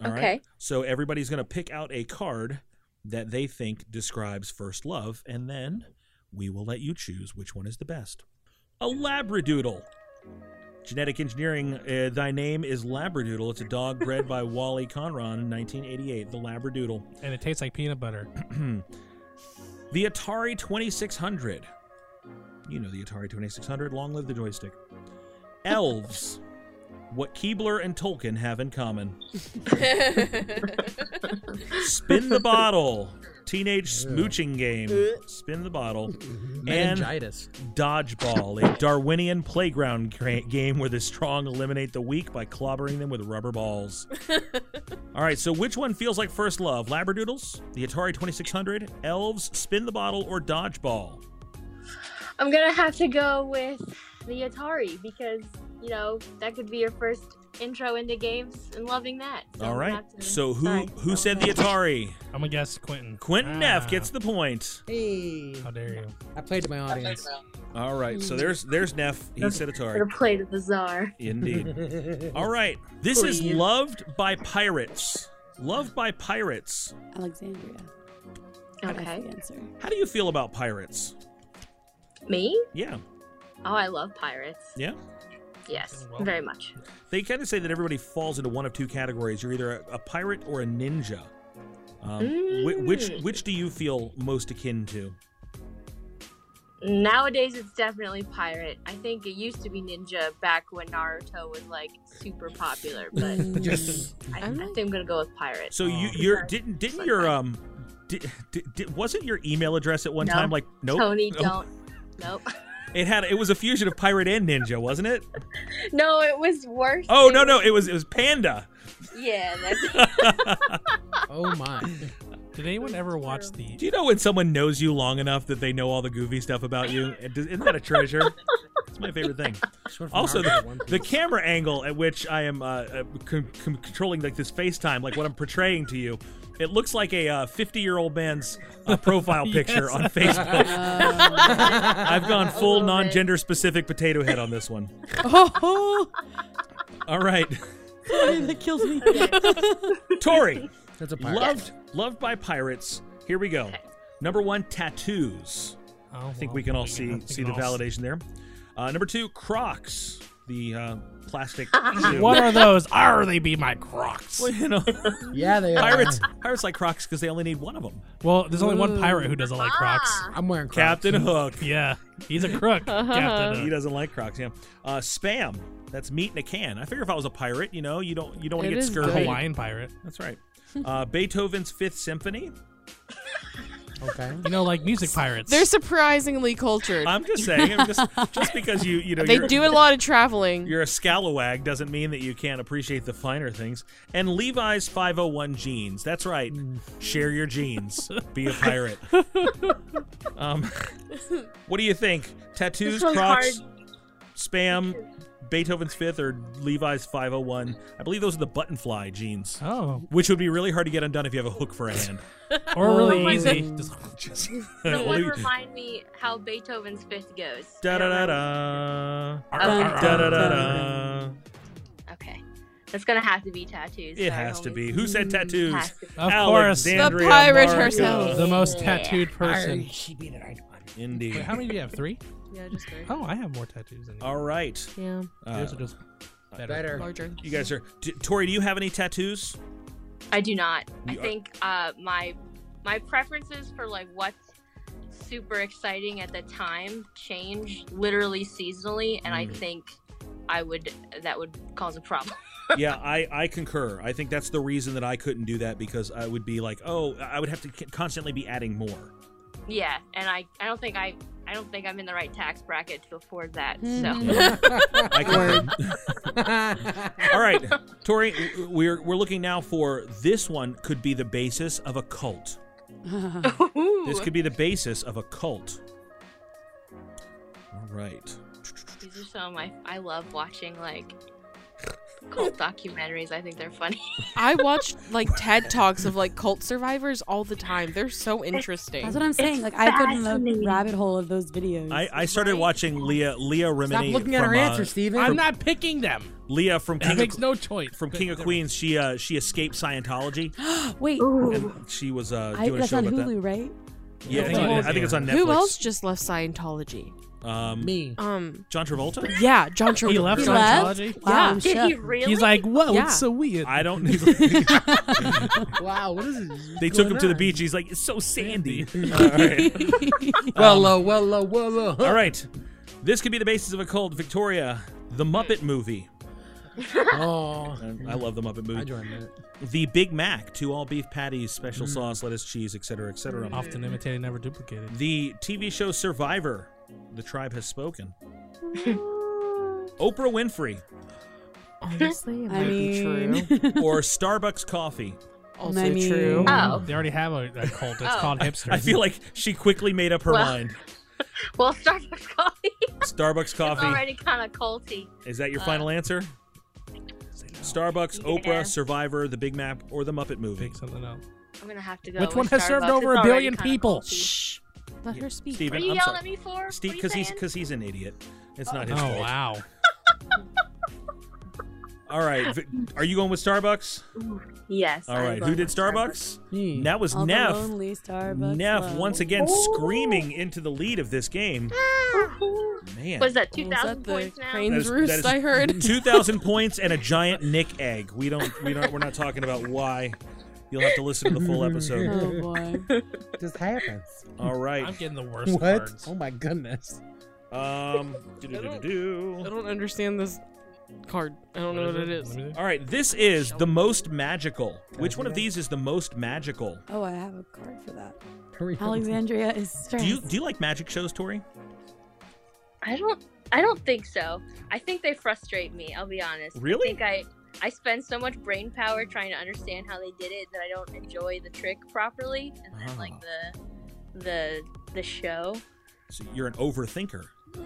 Speaker 4: All right.
Speaker 11: Okay.
Speaker 4: So everybody's gonna pick out a card that they think describes first love, and then we will let you choose which one is the best. A labradoodle. Genetic engineering, uh, thy name is Labradoodle. It's a dog bred by Wally Conron in 1988, the Labradoodle.
Speaker 5: and it tastes like peanut butter.
Speaker 4: The Atari 2600. You know the Atari 2600. Long live the joystick. Elves. what Keebler and Tolkien have in common. Spin the bottle. Teenage smooching game. Spin the bottle. And
Speaker 6: Meningitis.
Speaker 4: Dodgeball, a Darwinian playground gra- game where the strong eliminate the weak by clobbering them with rubber balls. All right, so which one feels like first love? Labradoodles, the Atari 2600, Elves, Spin the Bottle, or Dodgeball?
Speaker 11: I'm gonna have to go with the Atari because you know that could be your first intro into games and loving that. So
Speaker 4: All
Speaker 11: I'm gonna
Speaker 4: right.
Speaker 11: have to-
Speaker 4: So who
Speaker 11: sorry.
Speaker 4: who said the Atari?
Speaker 5: I'm gonna guess Quentin.
Speaker 4: Quentin
Speaker 5: Ah,
Speaker 4: F gets the point.
Speaker 6: Hey,
Speaker 5: How dare you?
Speaker 6: I played to my audience.
Speaker 4: All right, so there's there's Neff. He said
Speaker 11: Gonna
Speaker 4: Atari.
Speaker 11: play to the czar.
Speaker 4: Indeed. All right, this is loved by pirates. Loved by pirates.
Speaker 7: Alexandria. That's
Speaker 11: Okay.
Speaker 7: the answer.
Speaker 4: How do you feel about pirates?
Speaker 11: Me?
Speaker 4: Yeah,
Speaker 11: Oh, I love pirates.
Speaker 4: yeah.
Speaker 11: Yes,
Speaker 5: Well-
Speaker 11: very much.
Speaker 4: They kind of say that everybody falls into one of two categories. You're either a, a pirate or a ninja. Um, whi- which
Speaker 11: Mm.
Speaker 4: which do you feel most akin to?
Speaker 11: Nowadays, it's definitely pirate. I think it used to be ninja back when Naruto was like super popular, but (laughs)
Speaker 6: Just
Speaker 11: I, I think I'm gonna go with pirate.
Speaker 4: So you you're didn't didn't your um did, did, did- wasn't your email address at one
Speaker 11: No.
Speaker 4: time like nope,
Speaker 11: Tony,
Speaker 4: nope.
Speaker 11: don't. Nope.
Speaker 4: It had it was a fusion of pirate and ninja, wasn't it?
Speaker 11: (laughs) no, it was worse.
Speaker 4: Oh
Speaker 11: It
Speaker 4: no no,
Speaker 11: was-
Speaker 4: it was it was panda.
Speaker 11: Yeah, (laughs) that's
Speaker 4: (laughs)
Speaker 6: oh
Speaker 5: (laughs)
Speaker 6: my.
Speaker 5: Did anyone ever watch the?
Speaker 4: Do you know when someone knows you long enough that they know all the goofy stuff about you? It does- Isn't that a treasure? It's my favorite thing.
Speaker 6: Just went from
Speaker 4: Also,
Speaker 6: Naruto to
Speaker 4: the,
Speaker 6: One
Speaker 4: the
Speaker 6: Piece.
Speaker 4: camera angle at which I am uh, uh, con- con- controlling like this FaceTime, like what I'm portraying to you, it looks like a 50 year old man's uh,
Speaker 7: (laughs)
Speaker 4: profile picture on Facebook. I've gone full
Speaker 11: little bit.
Speaker 4: non gender specific potato head on this one.
Speaker 7: oh,
Speaker 4: All right,
Speaker 7: that kills me.
Speaker 4: (laughs) Tori,
Speaker 6: That's a pirate.
Speaker 4: loved loved by pirates. Here we go. Number one, tattoos.
Speaker 5: Oh,
Speaker 4: I think we can all see see the validation there. Uh, number two, Crocs, the uh,
Speaker 8: (laughs)
Speaker 4: plastic. shoe.
Speaker 5: What are those? Are they be my Crocs?
Speaker 4: (laughs) Well, you know,
Speaker 5: (laughs) Yeah, they are.
Speaker 4: pirates. Pirates like Crocs because they only need one of them.
Speaker 5: Well, there's only one pirate who doesn't like Crocs.
Speaker 10: I'm wearing Crocs.
Speaker 4: Captain (laughs) Hook.
Speaker 5: Yeah, he's a (laughs) crook. Captain Hook.
Speaker 4: He doesn't like Crocs. Yeah. Uh, spam. That's meat in a can. I figure if I was a pirate, you know, you don't you don't want
Speaker 5: It
Speaker 4: to get
Speaker 5: is
Speaker 4: scurvy.
Speaker 5: good. Hawaiian pirate.
Speaker 4: That's right. Uh, Beethoven's Fifth Symphony.
Speaker 5: (laughs)
Speaker 10: Okay.
Speaker 5: You know, like music pirates.
Speaker 8: (laughs) They're surprisingly cultured.
Speaker 4: I'm
Speaker 8: (laughs)
Speaker 4: just saying, I'm just just because you you know
Speaker 8: they
Speaker 4: you're-
Speaker 8: do (laughs) a lot of traveling.
Speaker 4: You're a scalawag doesn't mean that you can't appreciate the finer things. And Levi's 501 jeans. That's right. Share your jeans. Be a pirate. um, what do you think? Tattoos,
Speaker 11: This one's
Speaker 4: Crocs, spam, Beethoven's Fifth, or Levi's 501? I believe those are the button fly jeans.
Speaker 5: Oh. (laughs)
Speaker 4: Which would be really hard to get undone if you have a hook for a hand. (laughs)
Speaker 5: Or really Oh my easy.
Speaker 4: Just-
Speaker 11: Someone remind me how Beethoven's Fifth goes.
Speaker 4: Da da da da.
Speaker 11: Dun,
Speaker 4: Da da
Speaker 11: dun,
Speaker 4: da da.
Speaker 11: dun. Okay, that's gonna have to be tattoos. Sorry,
Speaker 4: It has to
Speaker 11: homie.
Speaker 4: be. Who said tattoos?
Speaker 11: Has to be.
Speaker 5: Of course.
Speaker 4: Alexandria
Speaker 5: The pirate
Speaker 4: Marco.
Speaker 5: herself. The most tattooed person.
Speaker 10: She beat it right one.
Speaker 4: Indeed.
Speaker 5: Wait, how many do you have? Three?
Speaker 8: Yeah, just three.
Speaker 5: Oh, I have more tattoos than you.
Speaker 4: All right. Uh,
Speaker 8: Yeah.
Speaker 5: Yours are just better.
Speaker 10: Better.
Speaker 8: Larger.
Speaker 4: You guys are. D- Tori, do you have any tattoos?
Speaker 10: (laughs)
Speaker 11: I do not. I
Speaker 4: You are-
Speaker 11: think uh, my my preferences for like what's super exciting at the time change literally seasonally, and I
Speaker 4: Mm.
Speaker 11: think I would that would cause a problem. (laughs)
Speaker 4: yeah, I, I concur. I think that's the reason that I couldn't do that because I would be like, oh, I would have to c- constantly be adding more.
Speaker 11: yeah, and I I don't think I I don't think I'm in the right tax bracket to afford that.
Speaker 4: Yeah.
Speaker 11: So
Speaker 10: (laughs)
Speaker 4: I concur. All right, Tori, w- we're we're looking now for this one could be the basis of a
Speaker 10: (laughs)
Speaker 4: cult. This could be the basis of a cult. All right.
Speaker 11: (laughs) these are some of my I love watching like
Speaker 5: (laughs)
Speaker 11: cult documentaries. I think they're funny.
Speaker 8: I watch like TED talks of like cult survivors all the time. They're so interesting.
Speaker 7: That's what I'm saying. Like I've gone in the rabbit hole of those videos.
Speaker 4: I, I started watching Leah Leah Rimini. from, uh,
Speaker 5: I'm
Speaker 4: from-
Speaker 5: not picking them.
Speaker 4: Leah from King
Speaker 5: makes
Speaker 4: of,
Speaker 5: no choice.
Speaker 4: From
Speaker 5: Good,
Speaker 4: King of
Speaker 5: never
Speaker 4: Queens, she uh, she escaped Scientology.
Speaker 7: Wait,
Speaker 4: And she was uh,
Speaker 7: I,
Speaker 4: doing a
Speaker 7: that's
Speaker 4: show
Speaker 7: on
Speaker 4: about
Speaker 7: Hulu,
Speaker 4: that.
Speaker 7: right?
Speaker 4: Yeah, I think, it- I think it's on Netflix.
Speaker 8: Who else just left Scientology?
Speaker 4: Um,
Speaker 10: Me.
Speaker 8: Um,
Speaker 4: John Travolta.
Speaker 8: (laughs) Yeah, John Travolta.
Speaker 5: He left
Speaker 8: He left?
Speaker 5: Scientology.
Speaker 8: Wow,
Speaker 11: (laughs)
Speaker 8: Yeah. I'm Did he shocked. really?
Speaker 5: He's like, whoa,
Speaker 8: Yeah.
Speaker 5: it's so weird. (laughs)
Speaker 4: I don't.
Speaker 10: wow, what is it?
Speaker 4: They took him to the beach. He's like, it's so sandy. All right. Um,
Speaker 10: Well, uh, well, uh, well, uh,
Speaker 4: All right. This could be the basis of a cult. Victoria, the Muppet movie.
Speaker 10: Oh,
Speaker 4: I love the Muppet movie.
Speaker 10: I joined that.
Speaker 4: The Big Mac, two all beef patties, special sauce, lettuce, cheese, etc., etc.
Speaker 5: Often imitated, never duplicated.
Speaker 4: The TV show Survivor, The Tribe Has Spoken. Oprah Winfrey
Speaker 8: Honestly, (laughs) it
Speaker 7: I
Speaker 8: might be
Speaker 7: mean-
Speaker 8: true.
Speaker 4: or Starbucks Coffee.
Speaker 8: Also
Speaker 7: I mean-
Speaker 8: true.
Speaker 11: Oh.
Speaker 5: They already have a, a cult.
Speaker 10: Oh.
Speaker 5: It's called
Speaker 4: (laughs)
Speaker 5: hipsters.
Speaker 4: I feel like she quickly made up her
Speaker 11: Well-
Speaker 4: mind.
Speaker 11: well, Starbucks coffee
Speaker 4: Starbucks
Speaker 11: is
Speaker 4: Coffee.
Speaker 11: already kind of culty.
Speaker 4: Is that your
Speaker 11: Uh,
Speaker 4: final answer? Starbucks,
Speaker 11: Yeah.
Speaker 4: Oprah, Survivor, The Big Map, or The Muppet Movie?
Speaker 5: Pick something else.
Speaker 11: I'm gonna have to go.
Speaker 5: Which
Speaker 11: with
Speaker 5: one has served
Speaker 11: Starbucks.
Speaker 5: over
Speaker 11: It's
Speaker 5: a
Speaker 11: already
Speaker 5: billion
Speaker 11: kinda
Speaker 5: people?
Speaker 11: culty.
Speaker 8: Shh. Let her speak.
Speaker 11: What
Speaker 4: Steven,
Speaker 11: are you
Speaker 4: I'm
Speaker 11: yelling
Speaker 4: sorry.
Speaker 11: at me for? What
Speaker 4: Steve,
Speaker 11: are you
Speaker 4: because he's
Speaker 11: saying?
Speaker 4: because he's an idiot. It's not his
Speaker 5: Oh
Speaker 4: fault.
Speaker 5: wow.
Speaker 4: (laughs) All right, Vic- are you going with Starbucks?
Speaker 11: Yes.
Speaker 4: All
Speaker 11: I'm
Speaker 4: right, who
Speaker 11: going
Speaker 4: did
Speaker 11: with
Speaker 4: Starbucks?
Speaker 10: Hmm.
Speaker 4: That was
Speaker 7: All the
Speaker 4: Neff.
Speaker 7: lonely Starbucks
Speaker 4: Neff
Speaker 7: love.
Speaker 4: once again screaming into the lead of this game. Man,
Speaker 11: Was that
Speaker 8: Oh, is
Speaker 11: 2,000
Speaker 8: that the
Speaker 11: points now?
Speaker 8: crane- Roost, I
Speaker 4: (laughs)
Speaker 8: heard.
Speaker 4: two thousand points and a giant Nick egg. We don't we don't we're not talking about why. You'll have to listen to the full episode.
Speaker 7: Oh boy.
Speaker 10: Just happens.
Speaker 4: All
Speaker 5: I'm
Speaker 4: right.
Speaker 5: getting the worst
Speaker 10: What?
Speaker 5: cards.
Speaker 10: Oh my goodness.
Speaker 4: Um.
Speaker 8: I
Speaker 4: do-do-do-do-do.
Speaker 8: don't understand this card. I don't know what it is.
Speaker 5: Let me see.
Speaker 4: All right. This is the most magical. Which one of these is the most magical?
Speaker 7: Oh, I have a card for that.
Speaker 10: Hurry up.
Speaker 7: Alexandria is
Speaker 4: Do
Speaker 7: stressed.
Speaker 4: you do you like magic shows, Tori?
Speaker 11: I don't. I don't think so. I think they frustrate me. I'll be honest.
Speaker 4: Really?
Speaker 11: I think I. I spend so much brain power trying to understand how they did it that I don't enjoy the trick properly, and then like
Speaker 4: Ah.
Speaker 11: the, the the show.
Speaker 4: So you're an overthinker.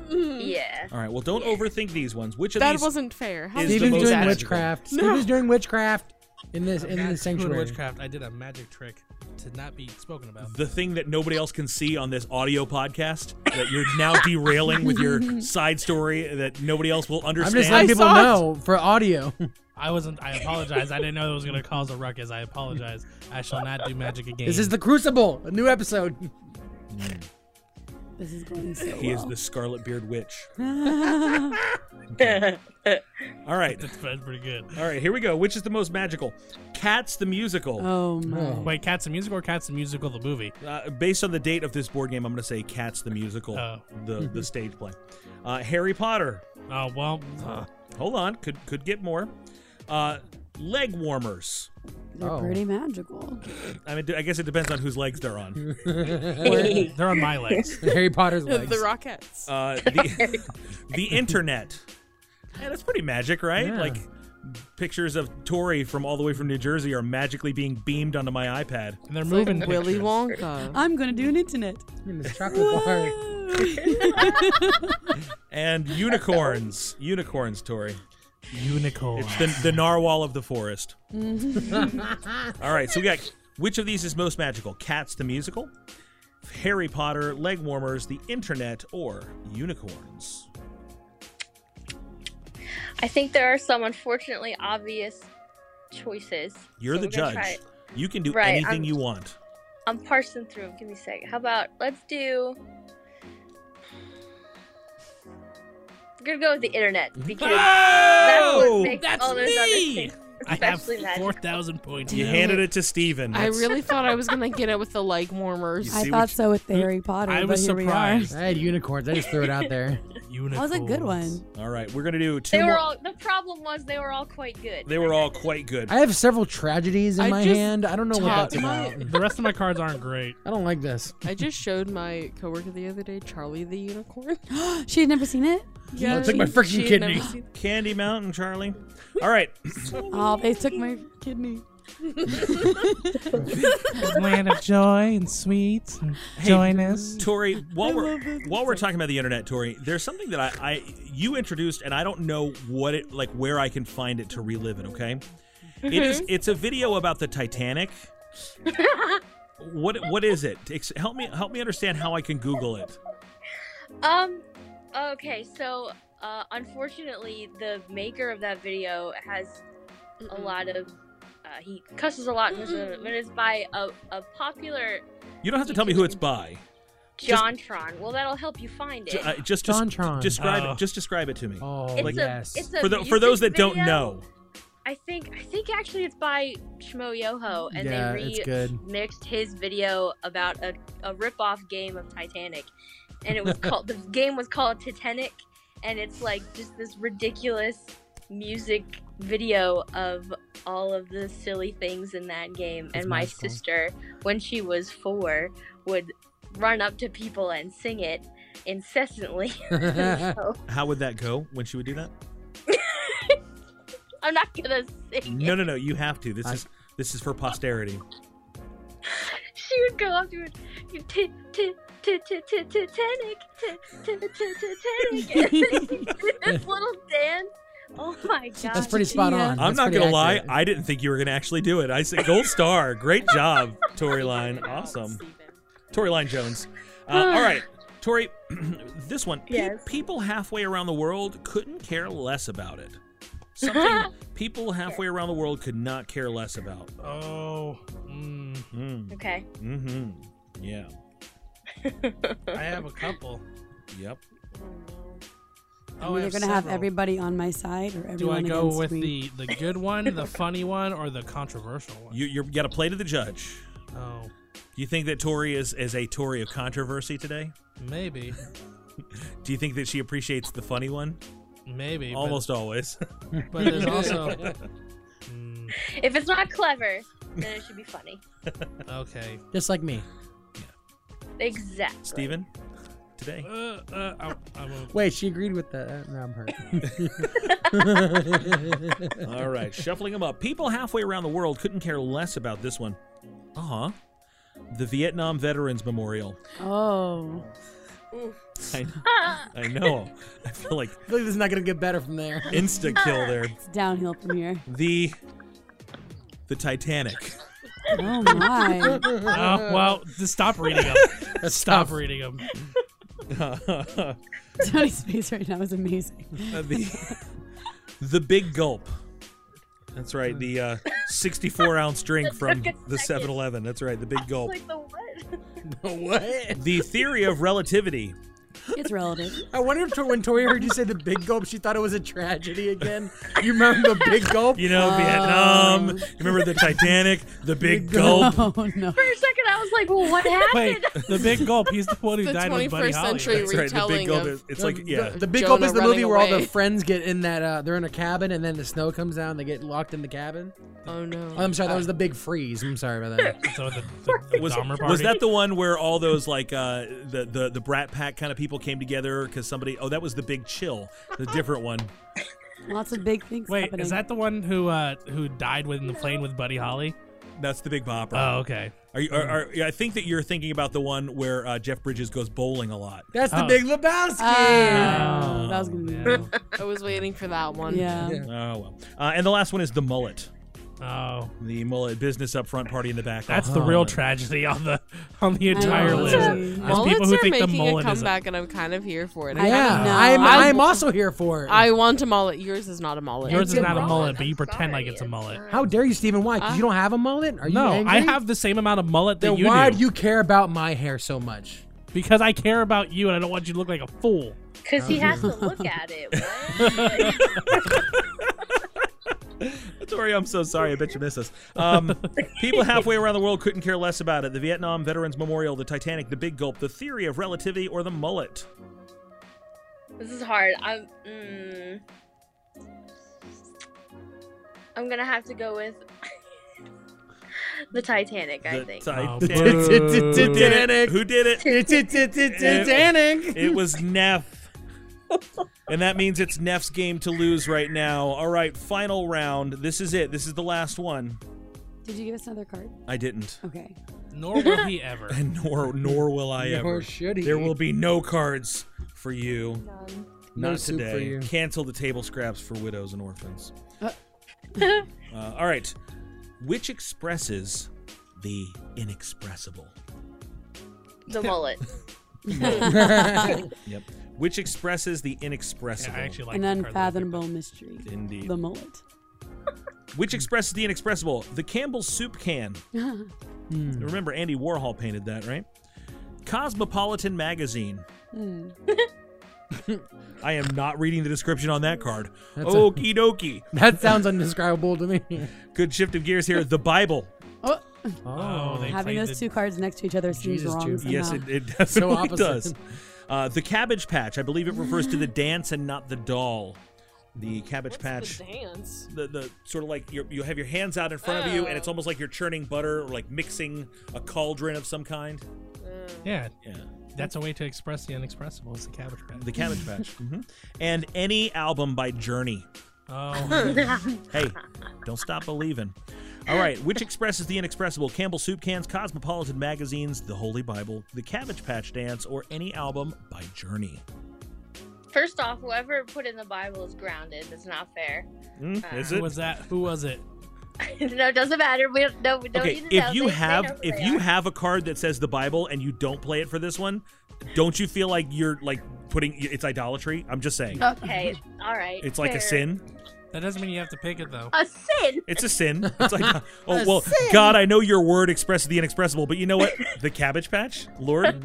Speaker 11: Hmm. Yeah.
Speaker 4: All right. Well, don't overthink these ones. Which of
Speaker 8: That
Speaker 4: these?
Speaker 8: wasn't fair. How
Speaker 4: is
Speaker 8: did
Speaker 4: the
Speaker 10: Steven's
Speaker 8: you
Speaker 4: most
Speaker 8: do
Speaker 10: doing
Speaker 8: that?
Speaker 4: magical.
Speaker 10: witchcraft.
Speaker 8: No.
Speaker 12: (laughs)
Speaker 10: Steven's doing witchcraft in this
Speaker 5: I'm
Speaker 10: in
Speaker 5: not
Speaker 10: the
Speaker 5: doing
Speaker 10: sanctuary.
Speaker 5: witchcraft. I did a magic trick to not be spoken about.
Speaker 4: The thing that nobody else can see on this audio podcast that you're now derailing with your
Speaker 8: (laughs)
Speaker 4: side story that nobody else will
Speaker 10: I'm
Speaker 4: understand.
Speaker 10: just letting people
Speaker 8: saw it.
Speaker 10: know for
Speaker 4: (laughs)
Speaker 10: audio.
Speaker 5: I wasn't. I apologize. I didn't know it was gonna cause a ruckus. I apologize. I shall not do magic again.
Speaker 10: (laughs) This is the Crucible, a new episode.
Speaker 7: This is going so
Speaker 4: He is
Speaker 7: well.
Speaker 4: the Scarlet Beard Witch.
Speaker 5: All
Speaker 4: right.
Speaker 5: That's pretty good.
Speaker 4: All right, here we go. Which is the most magical? Cats the
Speaker 7: Oh
Speaker 4: musical.
Speaker 6: Oh.
Speaker 10: Oh.
Speaker 5: Wait, Cats the Musical or Cats the Musical the movie?
Speaker 4: Uh, based on the date of this board game, I'm going to say Cats the Musical,
Speaker 5: Oh.
Speaker 4: the the stage play. Uh, Harry Potter.
Speaker 5: Oh well.
Speaker 4: hold on, could could get more. Uh, leg warmers.
Speaker 6: Oh.
Speaker 7: They're pretty magical.
Speaker 4: I mean, I guess it depends on whose legs they're on.
Speaker 5: They're on my legs.
Speaker 4: Harry Potter's
Speaker 8: The Rockettes.
Speaker 11: (laughs)
Speaker 4: Uh, the, (laughs) the internet. Yeah, that's pretty magic, right?
Speaker 5: Yeah.
Speaker 4: Like pictures of Tori from all the way from New Jersey are magically being beamed onto my iPad.
Speaker 5: And they're moving
Speaker 8: Willy
Speaker 5: pictures.
Speaker 8: Wonka.
Speaker 7: I'm gonna do an internet.
Speaker 11: (laughs)
Speaker 4: And unicorns. unicorns, Tori.
Speaker 5: Unicorn.
Speaker 4: It's the, the narwhal of the forest.
Speaker 13: Mhm.
Speaker 11: Mm-hmm.
Speaker 4: All right, so
Speaker 11: (laughs)
Speaker 4: we got which of these is most magical? Cats the musical, Harry Potter, leg warmers, the internet, or unicorns?
Speaker 11: I think there are some unfortunately obvious choices.
Speaker 4: You're
Speaker 11: so
Speaker 4: the
Speaker 11: we're gonna
Speaker 4: judge.
Speaker 11: try it.
Speaker 4: You can do
Speaker 11: Right,
Speaker 4: anything
Speaker 11: I'm-
Speaker 4: you want.
Speaker 11: I'm parsing through 'em. Give me a second. How about let's do. We're gonna go with the internet because that's what makes
Speaker 5: That's
Speaker 11: all those Oh, other
Speaker 5: me!
Speaker 11: things,
Speaker 5: I have
Speaker 11: especially magic.
Speaker 5: four thousand points.
Speaker 4: You
Speaker 5: now.
Speaker 4: handed it to Steven.
Speaker 8: I
Speaker 4: That's-
Speaker 8: really thought I was gonna get it with the leg warmers.
Speaker 7: I thought so with the Harry Potter.
Speaker 8: I
Speaker 7: but
Speaker 8: was
Speaker 7: here we are.
Speaker 8: surprised.
Speaker 6: I had unicorns. I just threw it out
Speaker 5: (laughs)
Speaker 6: there.
Speaker 5: unicorns.
Speaker 7: That was a good one.
Speaker 4: All right, we're gonna do two.
Speaker 11: They
Speaker 4: more.
Speaker 11: were all. The problem was they were all quite good.
Speaker 4: they were all quite good.
Speaker 6: I have several tragedies in
Speaker 8: I
Speaker 6: my
Speaker 8: just
Speaker 6: hand. I don't know what
Speaker 8: taught
Speaker 6: that's
Speaker 8: my-
Speaker 6: about.
Speaker 5: The rest of my cards aren't great.
Speaker 6: I don't like this.
Speaker 8: I just showed my coworker the other day Charlie
Speaker 6: (gasps)
Speaker 8: the Unicorn.
Speaker 7: She'd never seen it.
Speaker 8: Yeah,
Speaker 6: I'll take my freaking
Speaker 8: she had
Speaker 6: kidney.
Speaker 8: never seen-
Speaker 4: Candy Mountain, Charlie. All right.
Speaker 7: Oh, they took my kidney.
Speaker 5: Land of joy and sweets. and Join us.
Speaker 4: Tori, while
Speaker 5: I
Speaker 4: we're
Speaker 5: love that
Speaker 4: while we're talking about the internet, Tori, there's something that I, I you introduced, and I don't know what it like where I can find it to relive it. Okay, It is
Speaker 13: Mhm.
Speaker 4: it's a video about the Titanic. what what is it? Ex- Help me help me understand how I can Google it.
Speaker 11: Um. Okay, so uh, unfortunately, the maker of that video has a lot of. Uh, he cusses a lot, in this video, but it's by a, a popular
Speaker 4: You don't have to tell me who it's by. Just-
Speaker 11: JonTron. Well, that'll help you find it.
Speaker 4: J- uh, just des-
Speaker 6: Jontron.
Speaker 4: describe
Speaker 6: Oh.
Speaker 4: it. Just describe it to me. Oh,
Speaker 5: (laughs)
Speaker 11: It's a- it's a
Speaker 4: for, tho- for those
Speaker 11: music
Speaker 4: that don't
Speaker 11: video.
Speaker 4: know,
Speaker 11: I think I think actually it's by Shmo Yoho, and
Speaker 4: Yeah,
Speaker 11: they
Speaker 4: it's
Speaker 11: remixed
Speaker 4: good.
Speaker 11: his video about a, a rip-off game of Titanic,
Speaker 6: (laughs)
Speaker 11: and it was called the game was called Titanic, and it's like just this ridiculous music video of all of the silly things in that game.
Speaker 13: It's
Speaker 11: and my
Speaker 13: magical.
Speaker 11: sister, when she was four, would run up to people and sing it incessantly. (laughs) So,
Speaker 4: how would that go when she would do that?
Speaker 11: (laughs) I'm not gonna sing.
Speaker 4: No, no, no. You have to. This is this is for posterity.
Speaker 11: She would go up to it, you t- t- t- t- t- Titanic, t- t- t- t-
Speaker 6: (laughs)
Speaker 11: Titanic. This little dance. Oh my god.
Speaker 6: That's pretty spot on.
Speaker 4: I'm
Speaker 6: That's
Speaker 4: not
Speaker 6: pretty
Speaker 4: gonna
Speaker 6: accurate.
Speaker 4: lie. I didn't think you were gonna actually do it. I said gold star. Great job, Tory Line. Awesome, Tory Line Jones.
Speaker 6: (sighs)
Speaker 4: Uh, all right, Tory. (clears throat) this one. pe-
Speaker 13: Yes.
Speaker 4: people halfway around the world couldn't care less about it.
Speaker 6: (laughs)
Speaker 4: Something people halfway around the world could not care less about.
Speaker 5: Oh. Mm.
Speaker 4: Mm.
Speaker 11: Okay.
Speaker 4: Mm-hmm. Yeah.
Speaker 5: I have
Speaker 11: (laughs)
Speaker 5: a couple.
Speaker 4: Yep.
Speaker 5: Oh, I
Speaker 7: I'm either
Speaker 5: have
Speaker 7: gonna have
Speaker 5: several.
Speaker 7: everybody on my side or everyone
Speaker 5: Do I go
Speaker 7: against
Speaker 5: with
Speaker 7: me.
Speaker 5: the the good one, the funny one, or the controversial one?
Speaker 4: You you're, you got to play to the judge.
Speaker 5: Oh,
Speaker 4: Do you think that Tori is is a Tory of controversy today?
Speaker 5: maybe,
Speaker 4: Do you think that she appreciates the funny one?
Speaker 5: maybe. but-
Speaker 4: Almost always. (laughs)
Speaker 10: (laughs)
Speaker 5: But there's also
Speaker 11: If it's not clever, then it should be funny.
Speaker 5: okay.
Speaker 6: Just like me.
Speaker 11: Exactly.
Speaker 4: Steven, today.
Speaker 5: Uh, uh, I, I won't.
Speaker 6: Wait, she agreed with that. Uh, No, I'm hurt.
Speaker 4: All (laughs) right, shuffling them up. People halfway around the world couldn't care less about this one. Uh huh. The Vietnam Veterans Memorial.
Speaker 7: Oh.
Speaker 4: (laughs) I, I know. I feel like
Speaker 6: I feel like this is not gonna get better from there.
Speaker 4: insta (laughs) kill there.
Speaker 7: It's downhill from here.
Speaker 4: The the Titanic.
Speaker 7: Oh my. (laughs)
Speaker 5: Oh, well, just stop reading
Speaker 10: (laughs)
Speaker 5: them. stop reading them.
Speaker 7: Tony's face right now is amazing.
Speaker 4: Uh, the the big gulp. That's right. The uh, 64 ounce drink from the 7-Eleven. That's right. The big gulp.
Speaker 11: Like the what? (laughs)
Speaker 6: what?
Speaker 4: The theory of relativity.
Speaker 7: It's relative. (laughs)
Speaker 10: I wonder if Tor- when Tori heard you say the big gulp, she thought it was a tragedy again. You remember the big
Speaker 5: (laughs)
Speaker 10: gulp?
Speaker 4: You (laughs) know, Vietnam. You remember the Titanic? The Um. big gulp.
Speaker 7: Oh no!
Speaker 11: For a second, I was like, "Well, what happened?"
Speaker 5: Wait, the big gulp. He's the one who
Speaker 11: The
Speaker 5: died with Buddy
Speaker 11: 21st
Speaker 5: Holly.
Speaker 11: century That's right, the big retelling gulp of is-
Speaker 4: it's like, yeah.
Speaker 10: The, Big
Speaker 4: Jonah
Speaker 10: Gulp is the movie
Speaker 4: running
Speaker 10: where all the
Speaker 4: away.
Speaker 10: friends get in that. Uh, they're in a cabin, and then the snow comes down. They get locked in the cabin.
Speaker 8: Oh no!
Speaker 12: Um,
Speaker 10: I'm sorry. That was the Big Freeze. I'm sorry about that.
Speaker 5: so the, the,
Speaker 4: (laughs)
Speaker 5: the
Speaker 4: was,
Speaker 5: Dahmer
Speaker 4: was
Speaker 5: party?
Speaker 4: that the one where all those like uh, the, the the brat pack kind of people came together because somebody? Oh, that was the Big Chill, the different one.
Speaker 7: Lots of big things
Speaker 5: Wait,
Speaker 7: happening.
Speaker 5: is that the one who uh, who died in the plane with Buddy Holly?
Speaker 4: That's the Big Bopper.
Speaker 5: Oh, okay.
Speaker 4: Are you? Are, are, yeah, I think that you're thinking about the one where uh, Jeff Bridges goes bowling a lot.
Speaker 10: That's the
Speaker 4: Oh.
Speaker 10: Big Lebowski.
Speaker 8: Oh,
Speaker 4: that was gonna
Speaker 10: be.
Speaker 8: I was waiting for that one.
Speaker 4: Oh well. Uh, and the last one is the mullet.
Speaker 5: Oh,
Speaker 4: the mullet business up front, party in the back. Oh,
Speaker 5: That's
Speaker 10: Uh-huh.
Speaker 5: the real tragedy on the on the entire
Speaker 4: know.
Speaker 5: list.
Speaker 4: Mullets
Speaker 5: There's
Speaker 4: are-
Speaker 5: people
Speaker 8: Mullets
Speaker 5: who
Speaker 8: are
Speaker 5: think the
Speaker 8: making
Speaker 5: mullet
Speaker 8: a
Speaker 5: is.
Speaker 8: comeback, and I'm kind of here for it.
Speaker 10: I am.
Speaker 8: kinda know.
Speaker 10: I'm,
Speaker 8: I-
Speaker 10: I'm also here for it.
Speaker 8: I want a mullet. Yours is not a mullet.
Speaker 5: Yours is not a mullet, but you pretend like it's a mullet.
Speaker 10: How dare you, Stephen? Why? 'Cause you don't have a mullet? Are you
Speaker 5: no,
Speaker 10: angry?
Speaker 5: I have the same amount of mullet that
Speaker 10: Then
Speaker 5: you
Speaker 10: why
Speaker 5: do.
Speaker 10: you care about my hair so much?
Speaker 5: Because I care about you, and I don't want you to look like a fool.
Speaker 11: Because he has to
Speaker 4: (laughs)
Speaker 11: look at it.
Speaker 4: Tori, I'm so sorry. I bet you miss us. Um, people halfway around the world couldn't care less about it. The Vietnam Veterans Memorial, the Titanic, the Big Gulp, the theory of relativity, or the mullet.
Speaker 11: This is hard. I'm. Mm, I'm gonna have to go with (laughs) the Titanic. I
Speaker 4: The
Speaker 11: think.
Speaker 4: Titanic. Who did it? Who did it? It, it was Neff. And that means it's Neff's game to lose right now. All right, final round. This is it. This is the last one.
Speaker 7: Did you give us another card?
Speaker 4: I didn't.
Speaker 7: Okay.
Speaker 5: Nor will he ever.
Speaker 4: And (laughs) nor nor will I
Speaker 10: Nor
Speaker 4: ever.
Speaker 10: should he.
Speaker 4: There will be no cards for you. None. Not
Speaker 10: No soup
Speaker 4: today.
Speaker 10: for you.
Speaker 4: Cancel the table scraps for widows and orphans. (laughs) Uh, all right. Which expresses the inexpressible?
Speaker 11: The mullet.
Speaker 10: (laughs)
Speaker 4: (laughs) yep. Which expresses the inexpressible?
Speaker 7: An unfathomable mystery.
Speaker 4: Indeed.
Speaker 7: The mullet.
Speaker 4: Which expresses the inexpressible? The Campbell's
Speaker 10: (laughs)
Speaker 4: soup can. Hmm. Remember, Andy Warhol painted that, right? Cosmopolitan magazine.
Speaker 10: (laughs)
Speaker 7: Hmm.
Speaker 4: I am not reading the description on that card.
Speaker 10: That's a-
Speaker 4: Okie dokie.
Speaker 10: That sounds undescribable to
Speaker 5: (laughs)
Speaker 10: me.
Speaker 4: Good shift of gears here. The Bible.
Speaker 7: Oh.
Speaker 4: Oh, they
Speaker 7: Having
Speaker 4: played
Speaker 7: those
Speaker 4: the-
Speaker 7: two cards next to each other seems wrong. Somehow.
Speaker 4: Yes, it, it
Speaker 10: So
Speaker 4: definitely (laughs)
Speaker 10: opposite.
Speaker 4: does. Uh, the Cabbage Patch. I believe it refers to the dance and not the doll. The Cabbage Patch.
Speaker 8: dance.
Speaker 4: The, the sort of like you you have your hands out in front of you,
Speaker 10: Oh.
Speaker 4: and it's almost like you're churning butter or like mixing a cauldron of some kind.
Speaker 5: Yeah.
Speaker 4: Yeah.
Speaker 5: That's a way to express the unexpressible. It's the cabbage patch.
Speaker 11: (laughs)
Speaker 4: The Cabbage Patch. Mhm. And any album by Journey.
Speaker 10: (laughs)
Speaker 5: Oh.
Speaker 11: (laughs)
Speaker 4: hey, don't stop believing. All right, which expresses the inexpressible? Campbell Soup Cans, Cosmopolitan Magazines, The Holy Bible, The Cabbage Patch Dance, or any album by Journey?
Speaker 11: First off, whoever put in the Bible is grounded. That's not fair.
Speaker 4: Mm, is
Speaker 5: Who
Speaker 4: it?
Speaker 5: was that? Who was it?
Speaker 11: (laughs) no, it doesn't matter. We don't. No, we don't
Speaker 4: Okay,
Speaker 11: need to know.
Speaker 4: if you
Speaker 11: They- they know
Speaker 4: have
Speaker 11: who
Speaker 4: if
Speaker 11: they
Speaker 4: you
Speaker 11: are.
Speaker 4: have a card that says the Bible and you don't play it for this one, don't you feel like you're like putting it's idolatry? I'm just saying.
Speaker 11: Okay. All right.
Speaker 4: It's like a
Speaker 11: fair.
Speaker 4: sin.
Speaker 5: That doesn't mean you have to pick it though.
Speaker 11: A sin.
Speaker 4: It's a sin. It's like, oh
Speaker 11: A
Speaker 4: well,
Speaker 11: sin.
Speaker 4: God, I know your word expresses the inexpressible, but you know what? The Cabbage Patch, Lord,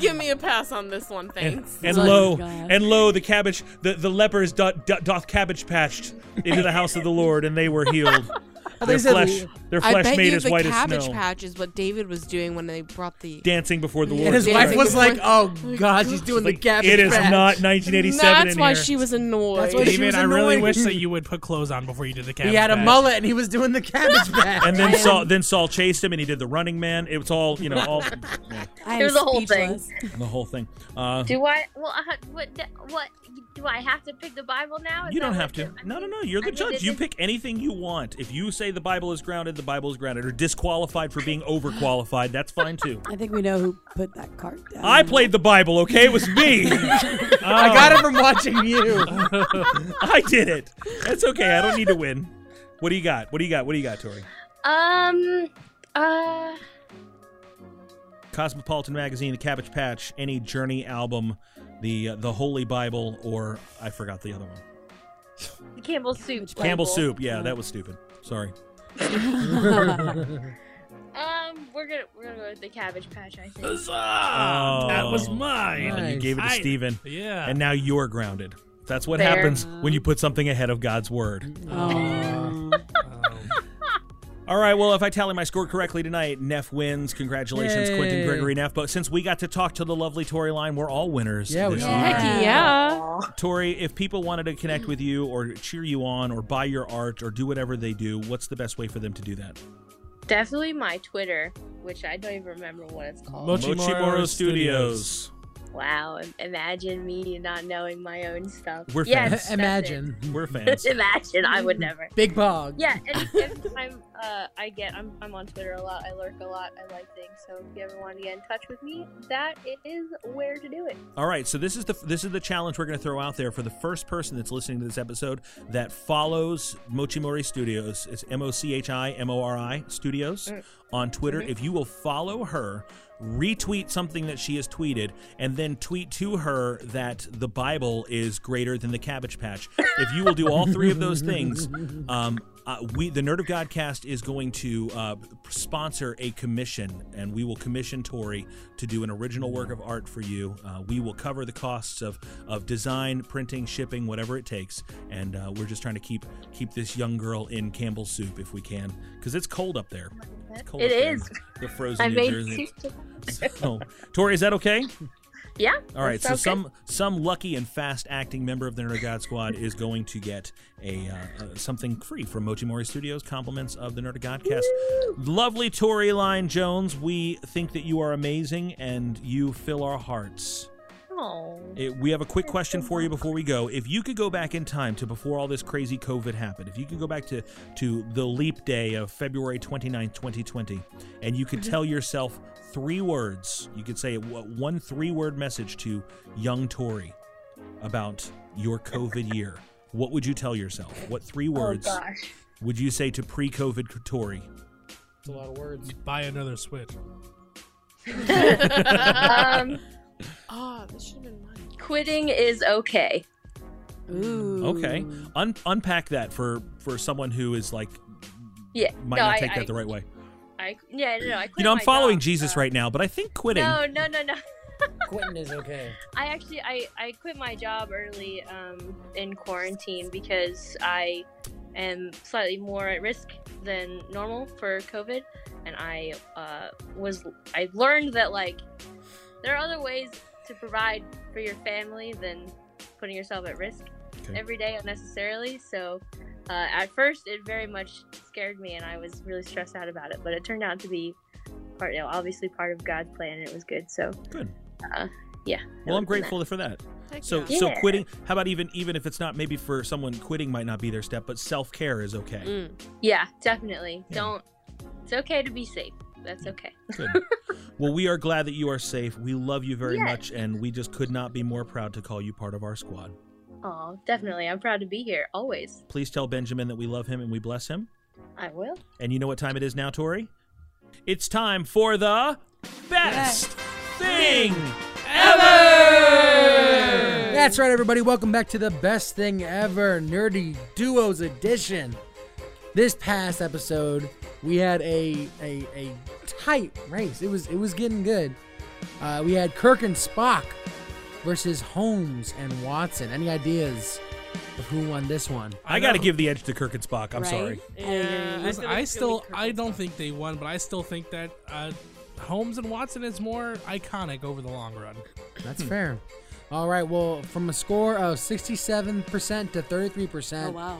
Speaker 8: Give me a pass on this one, thanks.
Speaker 4: and lo, and lo, the cabbage, the, the lepers doth, doth- doth cabbage patched into the house of the Lord, and they were healed. their flesh, their
Speaker 8: I
Speaker 4: flesh
Speaker 8: bet
Speaker 4: made
Speaker 8: you
Speaker 4: as
Speaker 8: the
Speaker 4: white as
Speaker 8: cabbage
Speaker 4: snow,
Speaker 8: patch is what David was doing when they brought the
Speaker 4: dancing before the Lord.
Speaker 10: And his wife was like, "Oh God, she's doing the cabbage
Speaker 4: It is
Speaker 10: patch."
Speaker 4: not 1987
Speaker 8: That's
Speaker 4: in
Speaker 8: why
Speaker 4: here.
Speaker 8: she was annoyed.
Speaker 10: That's why she
Speaker 5: David,
Speaker 10: was
Speaker 5: I really
Speaker 10: annoyed.
Speaker 5: wish that you would put clothes on before you did the cabbage.
Speaker 10: He had a
Speaker 5: patch.
Speaker 10: mullet and he was doing the cabbage patch.
Speaker 4: And then Saul, then Saul chased him, and he did the Running Man. It was all, you know, all
Speaker 7: I
Speaker 11: There's
Speaker 7: am
Speaker 11: the whole thing.
Speaker 7: speechless.
Speaker 4: the whole thing. Uh,
Speaker 11: Do I? Well, uh, what? What? Do I have to pick the Bible now? Is
Speaker 4: you
Speaker 11: that
Speaker 4: don't
Speaker 11: what
Speaker 4: have
Speaker 11: the-
Speaker 4: to. No, no, no. You're the
Speaker 11: I mean,
Speaker 4: judge.
Speaker 11: it
Speaker 4: You
Speaker 11: is-
Speaker 4: pick anything you want. If you say the Bible is grounded, the Bible is grounded, or disqualified for being overqualified, that's fine too.
Speaker 7: I think we know who put that card down.
Speaker 4: I played the Bible, okay? It was
Speaker 5: (laughs)
Speaker 4: me.
Speaker 10: I got it from watching you.
Speaker 5: Oh.
Speaker 4: I did it. That's okay. I don't need to win. What do you got? What do you got? What do you got, Tori?
Speaker 11: Um. Uh.
Speaker 4: Cosmopolitan magazine, The Cabbage Patch, any Journey album, the uh, the Holy Bible, or I forgot the other one.
Speaker 11: The Campbell soup.
Speaker 4: Campbell
Speaker 11: Bible. Hmm.
Speaker 4: Soup. Yeah, that was stupid. Sorry.
Speaker 11: Um. we're gonna we're gonna go with the Cabbage Patch. I think.
Speaker 5: Huzzah! That was mine.
Speaker 4: Um, And you
Speaker 5: Nice.
Speaker 4: gave it to
Speaker 5: I-
Speaker 4: Steven.
Speaker 5: yeah.
Speaker 4: Ah, And now you're grounded. That's what
Speaker 11: Fair.
Speaker 4: happens when you put something ahead of God's word. All right, well, if I tally my score correctly tonight, Neff wins. Congratulations, Quentin
Speaker 6: Yay.
Speaker 4: Gregory Neff. But since we got to talk to the lovely Tori line, we're all winners.
Speaker 6: Yeah, we
Speaker 4: this
Speaker 6: are.
Speaker 4: year.
Speaker 6: Heck
Speaker 8: yeah.
Speaker 4: Tori, if people wanted to connect with you or cheer you on or buy your art or do whatever they do, what's the best way for them to do that?
Speaker 11: Definitely my Twitter, which I don't even remember what it's called.
Speaker 4: Mochimoro
Speaker 11: Wow, im- imagine me not knowing my own stuff.
Speaker 4: We're
Speaker 11: yes,
Speaker 4: fans.
Speaker 11: that's it.
Speaker 6: (laughs) Imagine.
Speaker 4: We're
Speaker 11: (laughs)
Speaker 4: fans.
Speaker 11: imagine I would never.
Speaker 6: Big Bog.
Speaker 11: Yeah, and if I'm uh, I get I'm, I'm on Twitter a lot. I lurk a lot. I like things. So if you ever want to get in touch with me, that it is where to do it.
Speaker 4: All right, so this is the this is the challenge we're going to throw out there for the first person that's listening to this episode that follows Mochimori Studios. It's M O C H I M O R I Studios
Speaker 6: Mm.
Speaker 4: on Twitter.
Speaker 11: Mm-hmm.
Speaker 6: Mhm.
Speaker 4: If you will follow her, retweet something that she has tweeted, and then tweet to her that the Bible is greater than the Cabbage Patch. If you will do all three of those things, um, uh, we the Nerd of Godcast is going to uh, sponsor a commission, and we will commission Tori to do an original work of art for you. Uh, we will cover the costs of of design, printing, shipping, whatever it takes, and uh, we're just trying to keep keep this young girl in Campbell's soup if we can, because it's cold up there. It's cold
Speaker 11: It
Speaker 4: up there in
Speaker 11: is.
Speaker 4: the
Speaker 11: (laughs)
Speaker 4: frozen
Speaker 11: I
Speaker 4: New
Speaker 11: made
Speaker 4: Jersey.
Speaker 11: two-
Speaker 4: (laughs) So, Tori, is that okay?
Speaker 11: Yeah.
Speaker 4: All right,
Speaker 11: that
Speaker 4: so
Speaker 11: sounds
Speaker 4: some some lucky and fast acting member of the Nerd God Squad is going to get a uh, uh, something free from Mochimori Studios. Compliments of the Nerd Godcast. Lovely Tori Line Jones, we think that you are amazing and you fill our hearts.
Speaker 11: good. Aw.
Speaker 4: It, Eh, we have a quick question for you before we go. If you could go back in time to before all this crazy COVID happened, if you could go back to, to the leap day of February 29th, 2020, and you
Speaker 11: Mm-hmm.
Speaker 4: could
Speaker 6: Mhm.
Speaker 4: tell yourself three words, you could say w- one three word message to young Tori about your COVID year, what would you tell yourself? What three words
Speaker 11: Oh, gosh.
Speaker 4: would you say to pre COVID Tori?
Speaker 5: It's a lot of words. Buy another Switch.
Speaker 11: um,
Speaker 8: Ah, this should have been mine.
Speaker 11: quitting is okay.
Speaker 8: Ooh.
Speaker 4: Okay. Un- unpack that for, for someone who is like,
Speaker 11: Yeah.
Speaker 4: might
Speaker 11: no,
Speaker 4: not
Speaker 11: I,
Speaker 4: take
Speaker 11: I,
Speaker 4: that the right way.
Speaker 11: I, yeah, no, no, I quit
Speaker 4: You know, I'm
Speaker 11: my
Speaker 4: following
Speaker 11: job.
Speaker 4: Jesus right now, but I think quitting.
Speaker 11: No, no, no, (laughs) no.
Speaker 6: Quentin is okay.
Speaker 11: I actually I, I quit my job early um, in quarantine because I am slightly more at risk than normal for COVID, and I uh, was I learned that like there are other ways to provide for your family than putting yourself at risk
Speaker 4: Okay.
Speaker 11: every day unnecessarily. So uh, at first it very much scared me, and I was really stressed out about it. But it turned out to be part, you know, obviously part of God's plan, and it was good. So
Speaker 4: good.
Speaker 11: Uh, yeah.
Speaker 4: Well, I'm grateful for that.
Speaker 11: Heck
Speaker 4: So,
Speaker 11: yeah.
Speaker 4: so
Speaker 11: Yeah.
Speaker 4: quitting. How about even even if it's not maybe for someone quitting might not be their step, but self care is okay.
Speaker 11: Mm. Yeah, definitely. Don't. It's okay to be safe. That's okay. (laughs)
Speaker 4: Good. well, we are glad that you are safe. We love you very
Speaker 11: Yeah.
Speaker 4: much, and we just could not be more proud to call you part of our squad.
Speaker 11: Oh, definitely. I'm proud to be here always.
Speaker 4: Please tell Benjamin that we love him and we bless him.
Speaker 11: I will.
Speaker 4: And you know what time it is now, Tori? It's time for the best thing ever.
Speaker 6: That's right, everybody. Welcome back to the best thing ever nerdy duos edition. This past episode, we had a a, a tight race. It was it was getting good. Uh, we had Kirk and Spock versus Holmes and Watson. Any ideas of who won this one?
Speaker 4: I, got to give the edge to Kirk and Spock. I'm
Speaker 6: Right?
Speaker 4: sorry.
Speaker 8: Yeah,
Speaker 5: Listen, I,
Speaker 8: I feel like it's gonna
Speaker 5: still, I don't think they won, but I still think that uh, Holmes and Watson is more iconic over the long run.
Speaker 6: That's fair. All right. Well, from a score of sixty-seven percent to thirty-three percent.
Speaker 7: Oh,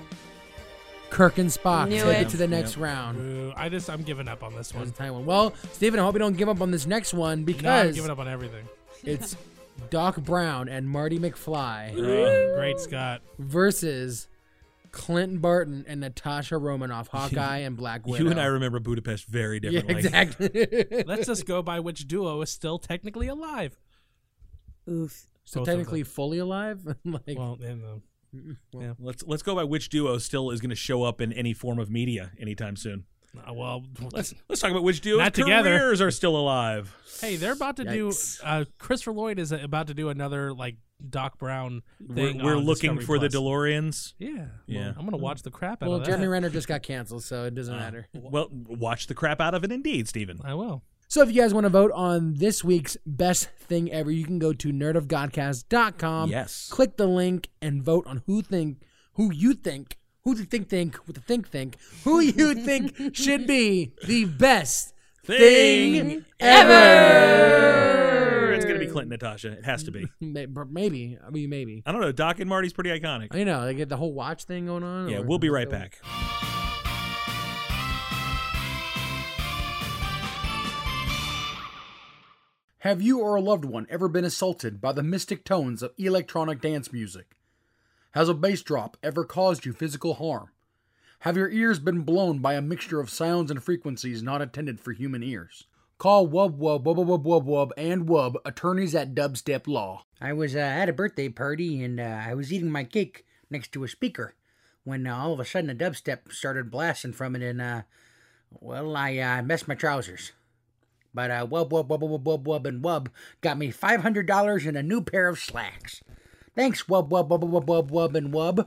Speaker 6: Kirk and Spock
Speaker 5: Knew
Speaker 6: take it
Speaker 5: it.
Speaker 6: to the next
Speaker 5: Yep.
Speaker 4: (laughs)
Speaker 6: round.
Speaker 5: Ooh, I just, I'm giving up on this one.
Speaker 6: That was a tiny one. Well, Steven, I hope you don't give up on this next one
Speaker 5: no, I'm
Speaker 6: because
Speaker 5: giving up on everything.
Speaker 6: (laughs) it's Doc Brown and Marty McFly.
Speaker 5: Ooh. Great Scott.
Speaker 6: Versus Clint Barton and Natasha Romanoff, Hawkeye and Black Widow.
Speaker 4: (laughs) You and I remember Budapest very
Speaker 6: Yeah,
Speaker 4: differently.
Speaker 6: exactly.
Speaker 5: Let's just go by which duo is still technically alive.
Speaker 6: Oof. So
Speaker 5: Both of
Speaker 6: technically fully alive? (laughs) like,
Speaker 5: Well, and, um, yeah.
Speaker 4: Let's let's go by which duo still is going to show up in any form of media anytime soon.
Speaker 5: (laughs) Uh, well,
Speaker 4: let's let's talk about which duo's
Speaker 5: Not
Speaker 4: careers
Speaker 5: together.
Speaker 4: are still alive.
Speaker 5: Hey, they're about to do. Uh, Christopher Lloyd is about to do another like Doc Brown
Speaker 4: We're,
Speaker 5: thing.
Speaker 4: we're
Speaker 5: on
Speaker 4: looking
Speaker 5: Discovery
Speaker 4: for the
Speaker 5: Plus.
Speaker 4: DeLoreans.
Speaker 5: Yeah, well,
Speaker 4: yeah.
Speaker 5: I'm gonna watch the crap out
Speaker 6: well,
Speaker 5: of that.
Speaker 6: Jeremy Renner just got canceled, so it doesn't matter.
Speaker 4: Uh, Well, watch the crap out of it, indeed, Stephen.
Speaker 5: I will.
Speaker 6: So if you guys want to vote on this week's best thing ever, you can go to nerdofgodcast.com.
Speaker 4: Yes.
Speaker 6: Click the link and vote on who think who you think who the think think with the think think who you (laughs) think should be the best thing,
Speaker 4: Thing
Speaker 6: ever.
Speaker 4: It's gonna be Clint, Natasha. It has to be.
Speaker 6: May- but Maybe I mean maybe.
Speaker 4: I don't know. Doc and Marty's pretty iconic.
Speaker 6: I know they get the whole watch thing going on.
Speaker 4: Yeah,
Speaker 6: or-
Speaker 4: we'll be right back.
Speaker 14: Have you or a loved one ever been assaulted by the mystic tones of electronic dance music? Has a bass drop ever caused you physical harm? Have your ears been blown by a mixture of sounds and frequencies not intended for human ears? Call Wub Wub Wub Wub Wub Wub and Wub, attorneys at Dubstep Law.
Speaker 12: I was uh, at a birthday party and uh, I was eating my cake next to a speaker when uh, all of a sudden a dubstep started blasting from it and uh, well, I uh, messed my trousers. But uh, wub wub wub wub wub wub and wub got me five hundred dollars and a new pair of slacks. Thanks, wub wub wub wub wub wub and wub.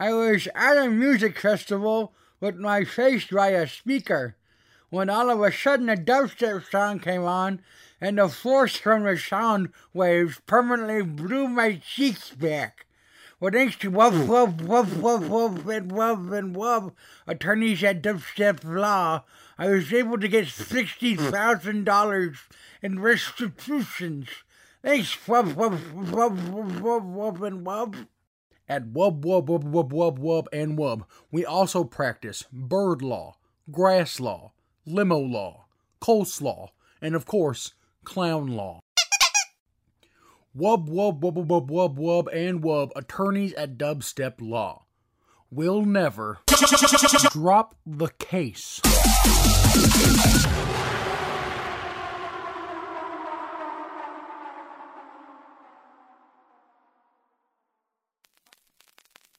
Speaker 12: I was at a music festival with my face by a speaker when all of a sudden a dubstep song came on and the force from the sound waves permanently blew my cheeks back. Well, thanks to Wub Wub Wub Wub Wub and Wub and Wub, attorneys at Dubstep Law, I was able to get $60,000 in restitutions. Thanks, Wub Wub Wub Wub Wub Wub and Wub.
Speaker 14: At Wub Wub Wub Wub Wub Wub and Wub, we also practice bird law, grass law, limo law, coleslaw, and of course, clown law. Wub Wub Wub Wub Wub Wub Wub and Wub, attorneys at Dubstep Law. will never drop the case.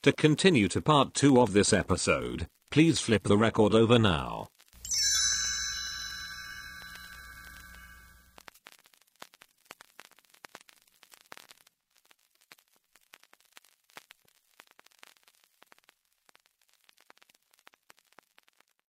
Speaker 1: To continue to part 2 of this episode, please flip the record over now.